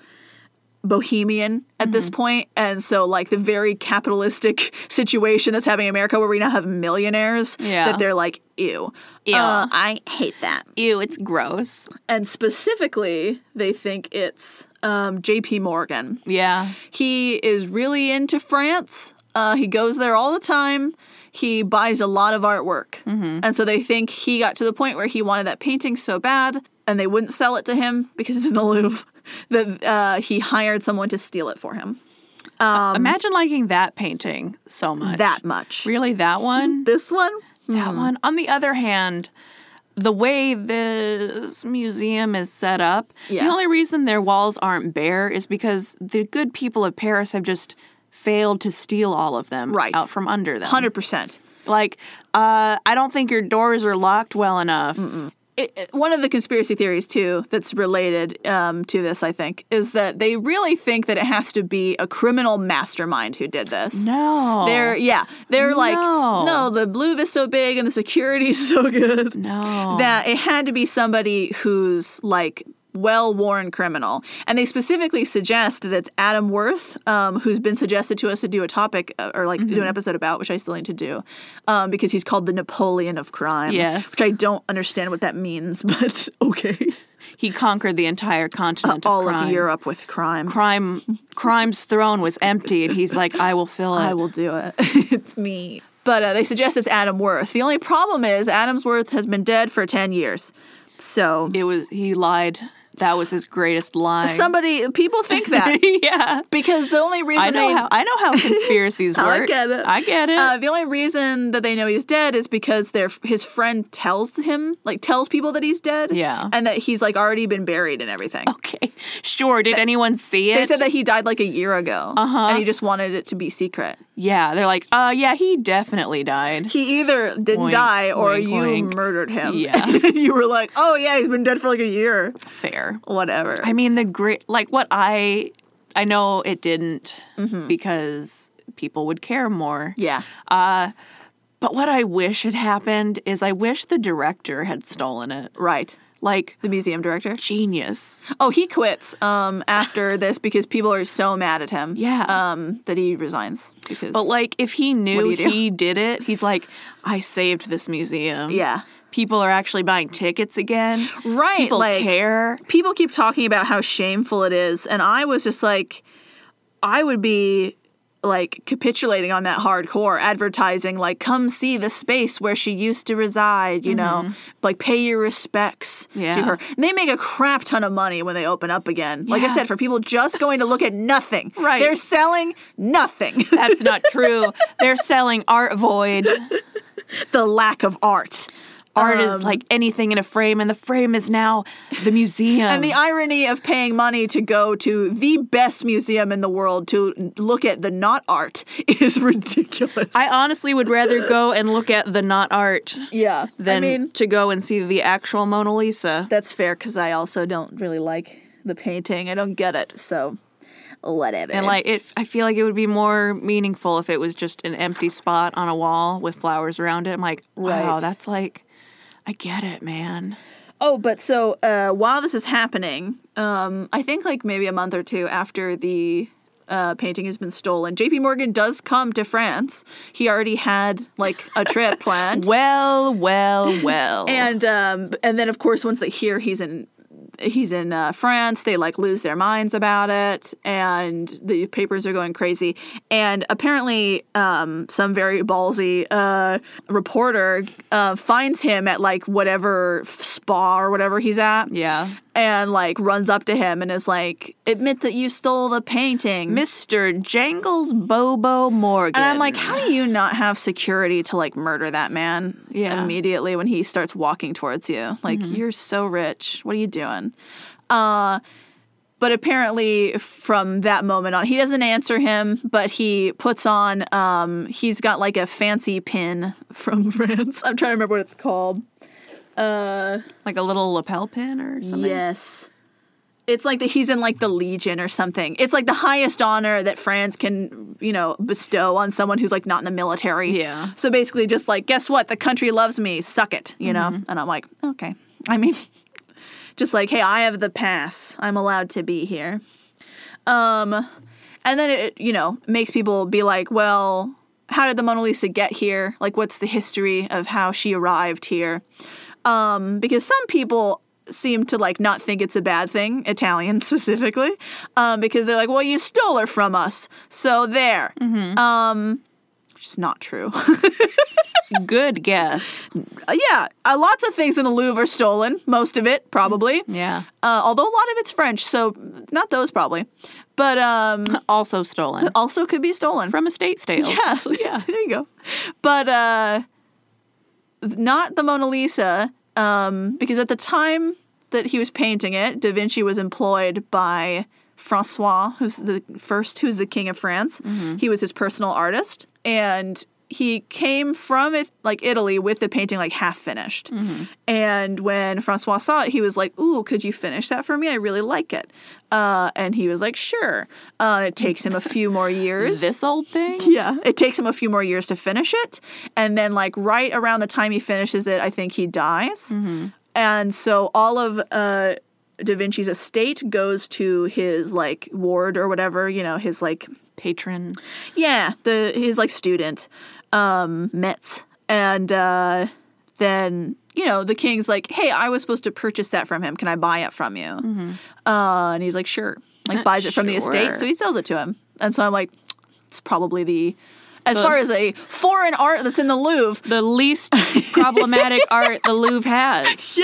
bohemian at this point and so like the very capitalistic situation that's happening in america where we now have millionaires Yeah. that they're like ew Ew. uh, i hate that Ew, it's gross. and specifically they think it's um, jp morgan Yeah. he is really into France. Uh, he goes there all the time. He buys a lot of artwork. And so they think he got to the point where he wanted that painting so bad and they wouldn't sell it to him because it's in the Louvre that uh, he hired someone to steal it for him. imagine liking that painting so much. Um, That much. really, that one? This one? Mm. That one. On the other hand, the way this museum is set up, Yeah. the only reason their walls aren't bare is because the good people of Paris have just failed to steal all of them Right. out from under them. 100%. Like, uh, I don't think your doors are locked well enough. it, it- one of the conspiracy theories too that's related um, to this, I think, is that they really think that it has to be a criminal mastermind who did this. No. They're yeah. They're like No. no. The blue is so big and the security is so good No. that it had to be somebody who's like well-worn criminal. And they specifically suggest that it's Adam Worth, um, who's been suggested to us to do a topic uh, or like to Mm-hmm. do an episode about, which I still need to do, um, because he's called the Napoleon of crime. Yes. which I don't understand what that means, but okay, he conquered the entire continent all of crime. of Europe with crime. Crime, crime's throne was empty, and he's like, "I will fill it." I will do it. it's me. Uh, But uh, they suggest it's Adam Worth. The only problem is Adam's Worth has been dead for 10 years. So It was he lied. That was his greatest lie. Somebody, people think that yeah. because the only reason I know they, how I know how conspiracies I work. get it. I get it. Uh, the only reason that they know he's dead is because their his friend tells him, like, tells people that he's dead. Yeah. Oh, and that he's like already been buried and everything. okay. Sure. Did anyone see it? They said that he died like a year ago, Uh-huh. and he just wanted it to be secret. yeah. They're like, uh, yeah, he definitely died. He either didn't Oink, die or oink, you oink. murdered him. Yeah. you were like, oh yeah, he's been dead for like a year. Fair. Whatever. I mean, the great, like what I, I know it didn't because people would care more. Mm-hmm. yeah. But what I wish had happened is I wish the director had stolen it. Right. Like The museum director. genius. Oh, he quits um, after this because people are so mad at him. Yeah. Um, that he resigns because. But like if he do knew you do? he did it, he's like, I saved this museum. yeah. People are actually buying tickets again. Right. People like care. people keep talking about how shameful it is, and I was just like, I would be like capitulating on that hardcore advertising like come see the space where she used to reside you know like pay your respects to Mm-hmm. Yeah. her and they make a crap ton of money when they open up again like i Yeah. said for people just going to look at nothing Right. they're selling nothing That's not true. They're selling art void. the lack of art Art Um, is like anything in a frame, and the frame is now the museum. And the irony of paying money to go to the best museum in the world to look at the not art is ridiculous. I uh, honestly would rather go and look at the not art yeah. than I mean, to go and see the actual Mona Lisa. that's fair because I also don't really like the painting. I don't get it. So, whatever. And like it, I feel like it would be more meaningful if it was just an empty spot on a wall with flowers around it. I'm like, wow, Right. that's like, I get it, man. Oh, but so uh, while this is happening, um, I think like maybe a month or two after the uh, painting has been stolen, JP Morgan does come to France. He already had like a trip planned. Well, well, well. and um, and then of course once they hear he's in he's in uh, France, they like lose their minds about it, and the papers are going crazy. And apparently, um, some very ballsy uh, reporter uh, finds him at like whatever f- spa or whatever he's at. yeah, And like runs up to him and is like, admit that you stole the painting. Mr. Jangles Bobo Morgan. And I'm like, how do you not have security to like murder that man Yeah. immediately when he starts walking towards you? Like, you're so rich. What are you doing? Uh, but apparently, from that moment on, he doesn't answer him, but he puts on, um, he's got like a fancy pin from France. I'm trying to remember what it's called. Uh, like a little lapel pin or something. Yes. It's like that he's in like the legion or something. It's like the highest honor that France can, you know, bestow on someone who's like not in the military. Yeah. So basically just like, guess what? The country loves me. Suck it, you know? Mm-hmm. And I'm like, okay. I mean, just like, hey, I have the pass. I'm allowed to be here. Um and then it, you know, makes people be like, well, how did the Mona Lisa get here? Like what's the history of how she arrived here? um, because some people seem to like not think it's a bad thing, Italians specifically, um, because they're like, well, you stole her from us, so there. Um, which is not true. Good guess. Uh, yeah, uh, lots of things in the Louvre are stolen. Most of it, probably. Yeah. Uh, although a lot of it's French, so not those probably, but um, Also stolen also could be stolen. from estate sales. Yeah, yeah, there you go. But uh not the Mona Lisa, um, because at the time that he was painting it, Da Vinci was employed by Francois, who's the first who's the king of France. He was his personal artist and he came from it, like Italy with the painting like half finished. And when Francois saw it, he was like, "Ooh, could you finish that for me? I really like it." Uh, and he was like, "Sure." Uh, it takes him a few more years. This old thing. Yeah, it takes him a few more years to finish it, and then like right around the time he finishes it, I think he dies, and so all of uh, Da Vinci's estate goes to his like ward or whatever, you know, his like Patron. yeah, the his like student, um, Metz, and uh, then you know the king's like, hey, I was supposed to purchase that from him. Can I buy it from you? Uh, and he's like, sure. Like buys it from the estate, Mm-hmm. Sure. so he sells it to him. And so I'm like, it's probably the, as far as a foreign art that's in the Louvre, The least problematic art the Louvre has.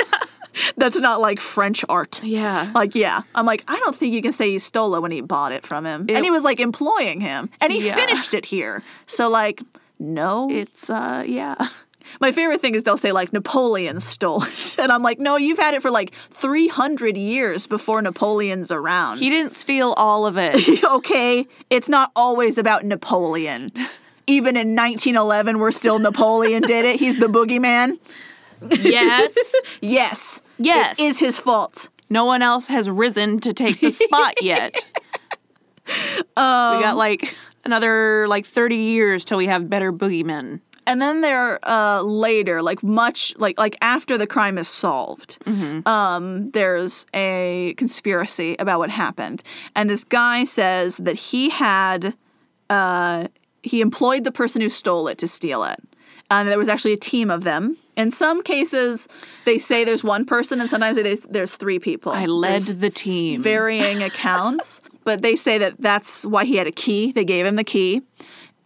That's not like French art. Yeah. Like, yeah. I'm like, I don't think you can say he stole it when he bought it from him. It- and he was like employing him. And he Yeah. finished it here. So, like, no. It's uh yeah. My favorite thing is they'll say, like, Napoleon stole it. And I'm like, no, you've had it for like 300 years before Napoleon's around. He didn't steal all of it. okay, it's not always about Napoleon. Even in 1911, we're still Napoleon did it. He's the boogeyman. yes. Yes. Yes. It is his fault. No one else has risen to take the spot yet. we got like another like 30 years till we have better boogeymen. and then there uh, later, like much like like after the crime is solved, Mm-hmm. um, there's a conspiracy about what happened, and this guy says that he had uh, he employed the person who stole it to steal it, and there was actually a team of them. In some cases, they say there's one person, and sometimes they, there's three people. I led There's- the team. varying accounts, but they say that that's why he had a key. They gave him the key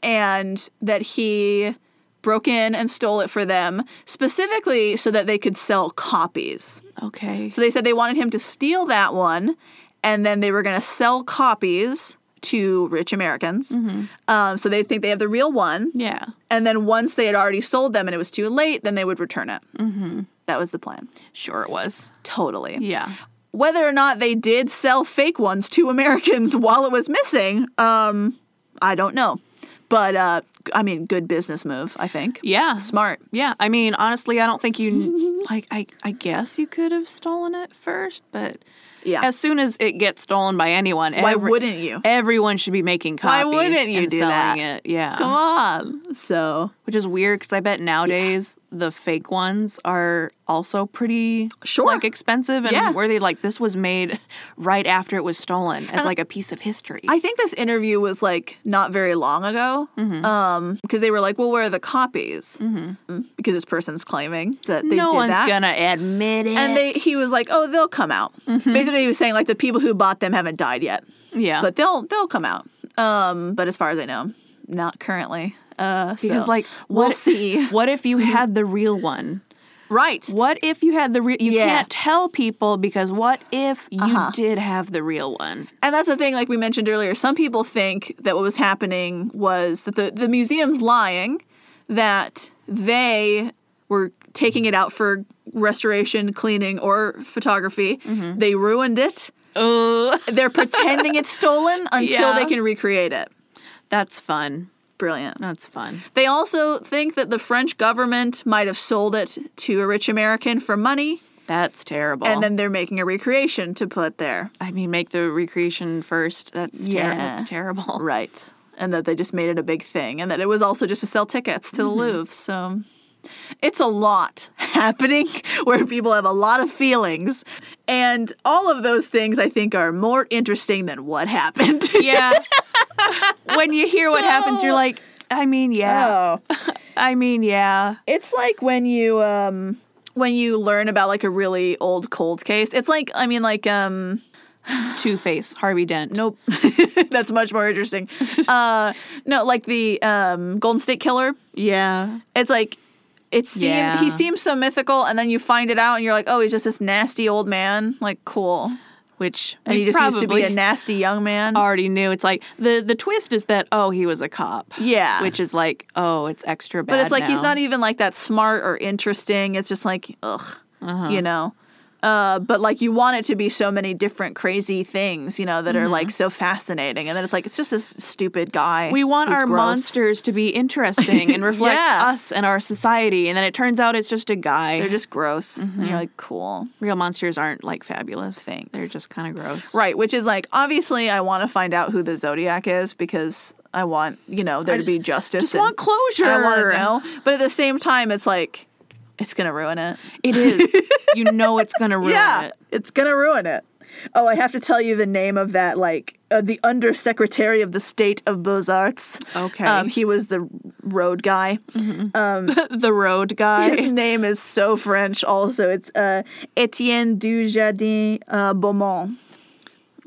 and that he broke in and stole it for them specifically so that they could sell copies. okay. So they said they wanted him to steal that one and then they were going to sell copies to rich Americans. Um, so they think they have the real one. Yeah. And then once they had already sold them and it was too late, then they would return it. Mm-hmm. That was the plan. Sure it was. Totally Yeah. whether or not they did sell fake ones to Americans while it was missing, um, I don't know. But uh, I mean, good business move, I think. Yeah. Smart. Yeah, I mean, honestly, I don't think you like. I I guess you could have stolen it first, but Yeah. as soon as it gets stolen by anyone, Why wouldn't you? Everyone should be making copies. wouldn't you and do selling that? It. Yeah, Come on. So which is weird because I bet nowadays the fake ones are also pretty Sure. like expensive and Yeah. worthy. Like this was made right after it was stolen as like a piece of history. I think this interview was like not very long ago, Mm-hmm. um, because they were like, "Well, where are the copies?" Mm-hmm. Because this person's claiming that they no did one's that. gonna admit it. Mm-hmm. and they, he was like, "Oh, they'll come out." Basically, he was saying like the people who bought them haven't died yet. yeah, but they'll they'll come out. Um, but as far as I know, not currently. Uh, because so like we'll what- see. What if you had the real one? Right. What if you had the real? You Yeah. Uh-huh. can't tell people because what if you did have the real one? And that's the thing, like we mentioned earlier, some people think that what was happening was that the, the museum's lying, that they were taking it out for restoration, cleaning, or photography. Mm-hmm. They ruined it. Oh, They're pretending it's stolen until Yeah. they can recreate it. that's fun. Brilliant. That's fun. They also think that the French government might have sold it to a rich American for money. That's terrible. and then they're making a recreation to put there. I mean, make the recreation first. That's ter- Yeah. that's terrible. Right. And that they just made it a big thing, and that it was also just to sell tickets to the Louvre. So it's a lot happening where people have a lot of feelings. And all of those things, I think, are more interesting than what happened. Yeah. when you hear what happens, you're So- Oh. like, I mean, yeah. I mean, yeah. It's like when you um when you learn about like a really old cold case. It's like I mean like um Two Face, Harvey Dent. Nope. That's much more interesting. Uh, no, like the um, Golden State Killer. Yeah. It's like it seemed Yeah. he seems so mythical, and then you find it out, and you're like, oh, he's just this nasty old man. Like, cool. Which And we he just used to be probably a nasty young man. already knew. It's like the the twist is that oh, he was a cop. yeah. Which is like oh, it's extra bad. Ah. but it's like he's now. not even like that smart or interesting. It's just like ugh, Uh-huh. you know. Uh, but like you want it to be so many different crazy things, you know, that are like so fascinating, and then it's like it's just this stupid guy. Mm-hmm. We want who's our gross. monsters to be interesting and reflect Yeah. us and our society. And then it turns out it's just a guy. They're just gross. And Mm-hmm. you're like, cool. Real monsters aren't like fabulous. Thanks. They're just kind of gross. Right, which is like, obviously, I want to find out who the Zodiac is because I want, you know, there to be justice. Just want closure. I want to know. But at the same time, it's like, it's going to ruin it. It is. you know it's gonna ruin it. it's going to ruin it. Oh, I have to tell you the name of that, like, uh, the undersecretary of the state of Beaux Arts. Okay. Um, he was the road guy. Mm-hmm. Um, the road guy. His name is so French, also. It's uh, Etienne Dujardin uh, Beaumont.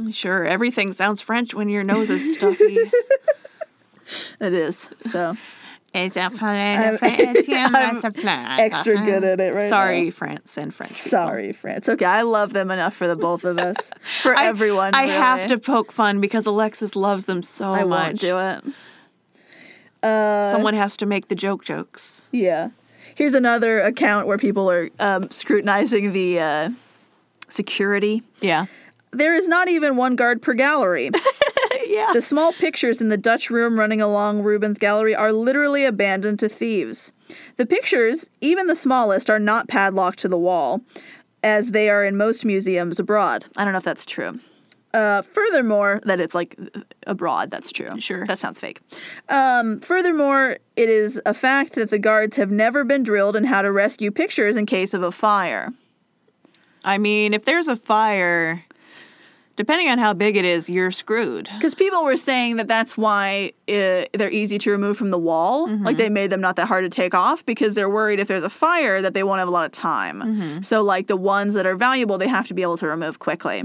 Sure, everything sounds French when your nose is stuffy. It is. So. It's a plan for it's I'm a plan. Extra good at it, right? Uh-huh. Sorry, now. France and French. people. Sorry, France. Okay, I love them enough for the both of us. For I- everyone. I have really. to poke fun because Alexis loves them so I much. won't do it. Uh, Someone has to make the joke jokes. Yeah. Here's another account where people are um, scrutinizing the uh, security. Yeah. There is not even one guard per gallery. Yeah. the small pictures in the Dutch room running along Rubens' gallery are literally abandoned to thieves. The pictures, even the smallest, are not padlocked to the wall, as they are in most museums abroad. I don't know if that's true. Uh, furthermore, that it's like abroad, that's true. Sure. That sounds fake. Um, furthermore, it is a fact that the guards have never been drilled in how to rescue pictures in case of a fire. I mean, if there's a fire, depending on how big it is, you're screwed. Because people were saying that that's why uh they're easy to remove from the wall. Like they made them not that hard to take off because they're worried if there's a fire that they won't have a lot of time. So like the ones that are valuable, they have to be able to remove quickly.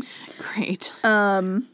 Great. And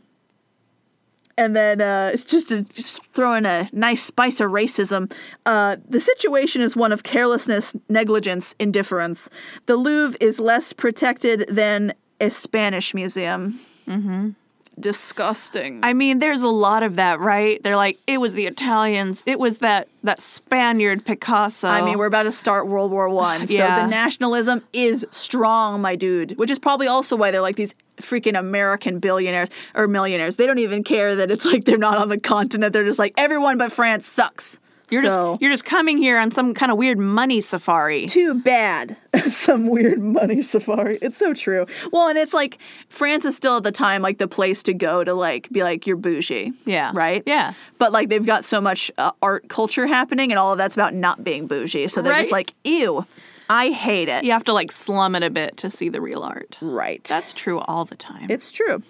then uh, it's just to just throw in a nice spice of racism. Uh, the situation is one of carelessness, negligence, indifference. The Louvre is less protected than a Spanish museum. Mm-hmm. Disgusting. I mean, there's a lot of that, right? They're like, it was the Italians, it was that that Spaniard Picasso. I mean, we're about to start World War One, so Yeah. the nationalism is strong, my dude. Which is probably also why they're like these freaking American billionaires or millionaires. They don't even care that it's like they're not on the continent. They're just like everyone but France sucks. you're So- just you're just coming here on some kind of weird money safari. too bad. Some weird money safari. It's so true. Well, and it's like France is still at the time like the place to go to like be like you're bougie. Yeah. Right. Yeah. But like they've got so much uh, art culture happening, and all of that's about not being bougie. So they're just Right. like, ew, I hate it. You have to like slum it a bit to see the real art. Right. That's true all the time. It's true.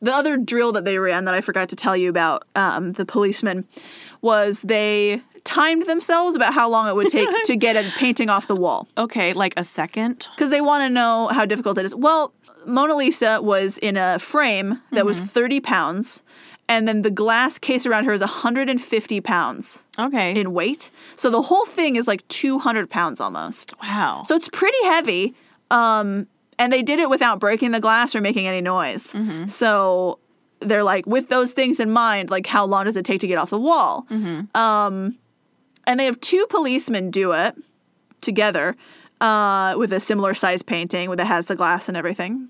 The other drill that they ran that I forgot to tell you about, um, the policemen, was they timed themselves about how long it would take to get a painting off the wall okay, like a second. because they want to know how difficult it is. Well, Mona Lisa was in a frame that was 30 pounds, and then the glass case around her is 150 pounds Okay. in weight. So the whole thing is like 200 pounds almost. wow. So it's pretty heavy. Um, and they did it without breaking the glass or making any noise. So they're like, with those things in mind, like how long does it take to get off the wall? Um, and they have two policemen do it together uh, with a similar size painting with that has the glass and everything.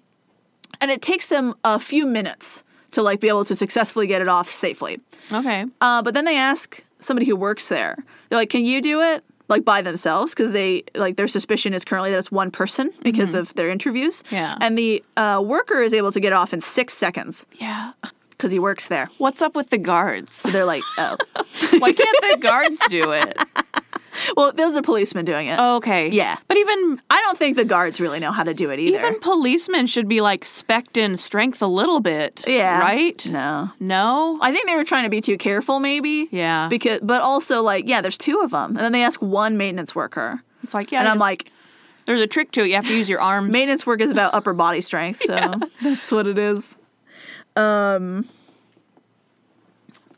And it takes them a few minutes to like be able to successfully get it off safely. okay. Uh, but then they ask somebody who works there. They're like, "Can you do it?" Like by themselves because they like their suspicion is currently that it's one person because of their interviews. Mm-hmm. Yeah. and the uh, worker is able to get off in six seconds Yeah. because he works there. What's up with the guards? So they're like, "Oh, Why can't the guards do it? well, those are policemen doing it." Okay. Yeah. But even I don't think the guards really know how to do it either. even policemen should be like specked in strength a little bit. yeah, Right? No, No? I think they were trying to be too careful, maybe. Yeah. because but also like, yeah, there's two of them, and then they ask one maintenance worker, It's like, yeah. and I'm there's- like, there's a trick to it. You have to use your arms. maintenance work is about upper body strength so that's what it is um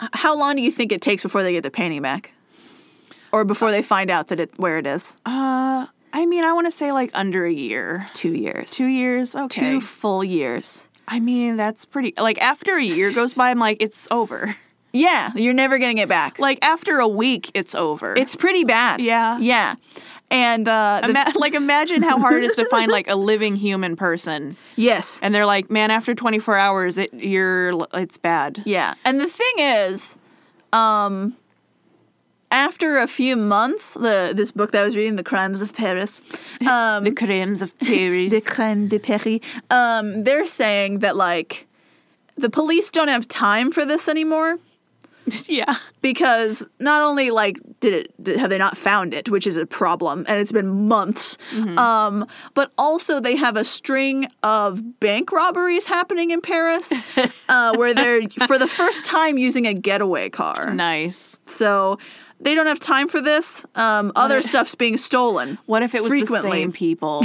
h- how long do you think it takes before they get the painting back or before they find out that it where it is Uh, I mean, I want to say like under a year. two years Two years? Okay. Two full years I mean, that's pretty. Like, after a year goes by, I'm like, it's over. yeah you're never getting it back Like, after a week, it's over. it's pretty bad Yeah. yeah and uh the- Ima- like, imagine how hard it is to find like a living human person. yes And they're like, man, after 24 hours, it you're it's bad. Yeah. And the thing is, um after a few months, the this book that I was reading, The Crimes of Paris, um The crimes of Paris. The Crime de Paris, um, they're saying that like the police don't have time for this anymore yeah. because not only like did it did, have they not found it which is a problem and it's been months Mm-hmm. um, but also they have a string of bank robberies happening in paris uh, where they're for the first time using a getaway car Nice. so they don't have time for this um, other stuff's being stolen What if it was the Frequently. same people?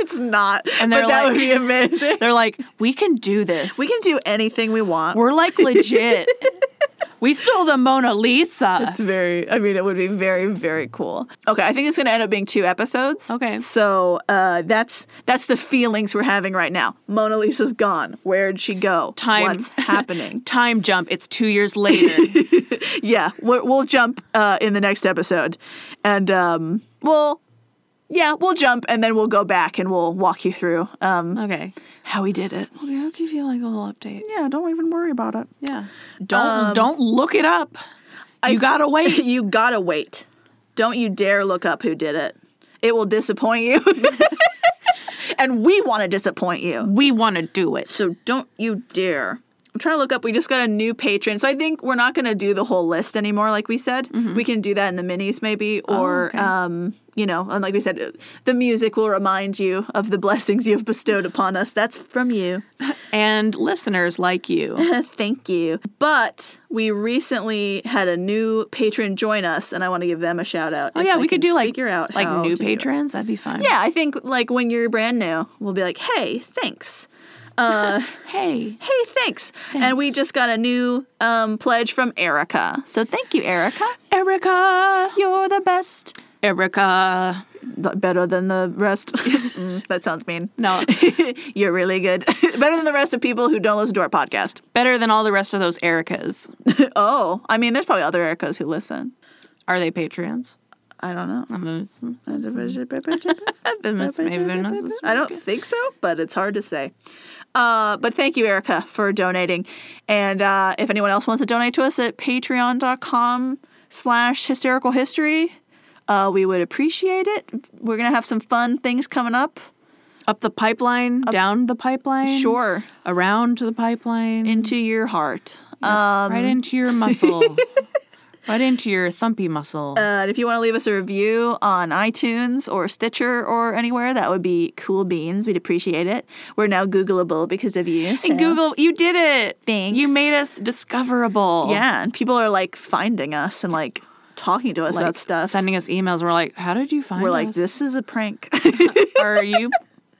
it's not And but they're that like- would be amazing They're like, we can do this. we can do anything we want We're like legit. We stole the Mona Lisa. It's very, I mean, it would be very, very cool. Okay, I think it's going to end up being two episodes. Okay. So uh, that's that's the feelings we're having right now. Mona Lisa's gone. Where'd she go? Time- What's happening? Time jump. It's two years later. yeah, we're, we'll jump uh, in the next episode, and um, we'll, yeah, we'll jump, and then we'll go back and we'll walk you through um, okay. how we did it. Okay, I'll give you like a little update. Yeah, don't even worry about it. Yeah. Um, Don't don't look it up. you gotta wait. you gotta wait. Don't you dare look up who did it. It will disappoint you. and we want to disappoint you. We want to do it. So don't you dare. I'm trying to look up. We just got a new patron. So I think we're not going to do the whole list anymore, like we said. We can do that in the minis, maybe. Or, okay. um, you know, and like we said, the music will remind you of the blessings you've bestowed upon us. That's from you. And listeners like you. Thank you. But we recently had a new patron join us, and I want to give them a shout out. Oh yeah, we could do like figure out like how new to do it. patrons. That'd be fine. Yeah, I think like when you're brand new, we'll be like, hey, thanks. Uh, Hey. hey, thanks. And we just got a new um, pledge from Erica. So thank you, Erica. Erica. You're the best. Erica. Better than the rest. Mm, that sounds mean. No, You're really good. Better than the rest of people who don't listen to our podcast. better than all the rest of those Ericas. Oh, I mean, there's probably other Ericas who listen. Are they patrons? I don't know. Maybe I they're not. don't think so, but it's hard to say. Uh, but thank you, Erica, for donating. And uh, if anyone else wants to donate to us at patreon.com slash hysterical history, uh, we would appreciate it. We're going to have some fun things coming up. Up the pipeline, down the pipeline. Sure. Around the pipeline. Mm-hmm. Into your heart. Um, right into your muscle. right into your thumpy muscle. uh, and if you want to leave us a review on iTunes or Stitcher or anywhere, that would be cool beans. We'd appreciate it. We're now Googleable because of you. so- And Google, you did it. Thanks. You made us discoverable. Yeah, and people are like finding us and like talking to us Like, about stuff. Sending us emails. We're like, how did you find We're like, us? Oh. this is a prank. Are you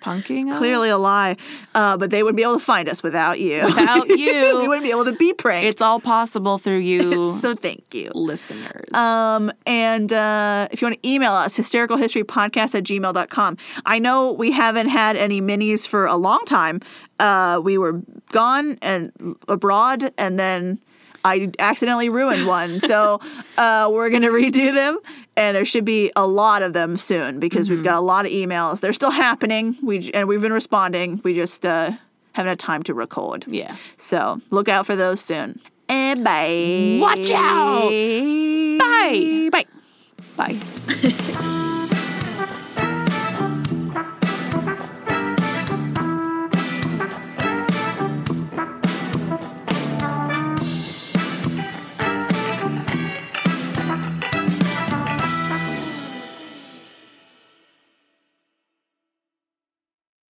punking us? Clearly a lie. Uh, but they wouldn't be able to find us without you. Without you. we wouldn't be able to be pranked. It's all possible through you, so thank you. listeners. Um, and uh, if you want to email us, hystericalhistorypodcast at gmail.com. I know we haven't had any minis for a long time. Uh, we were gone and abroad, and then I accidentally ruined one. so uh, we're going to redo them, and there should be a lot of them soon because we've got a lot of emails. They're still happening, we j- and we've been responding. We just uh, haven't had time to record. Yeah. So look out for those soon. And bye. Watch out. Bye. Bye. Bye.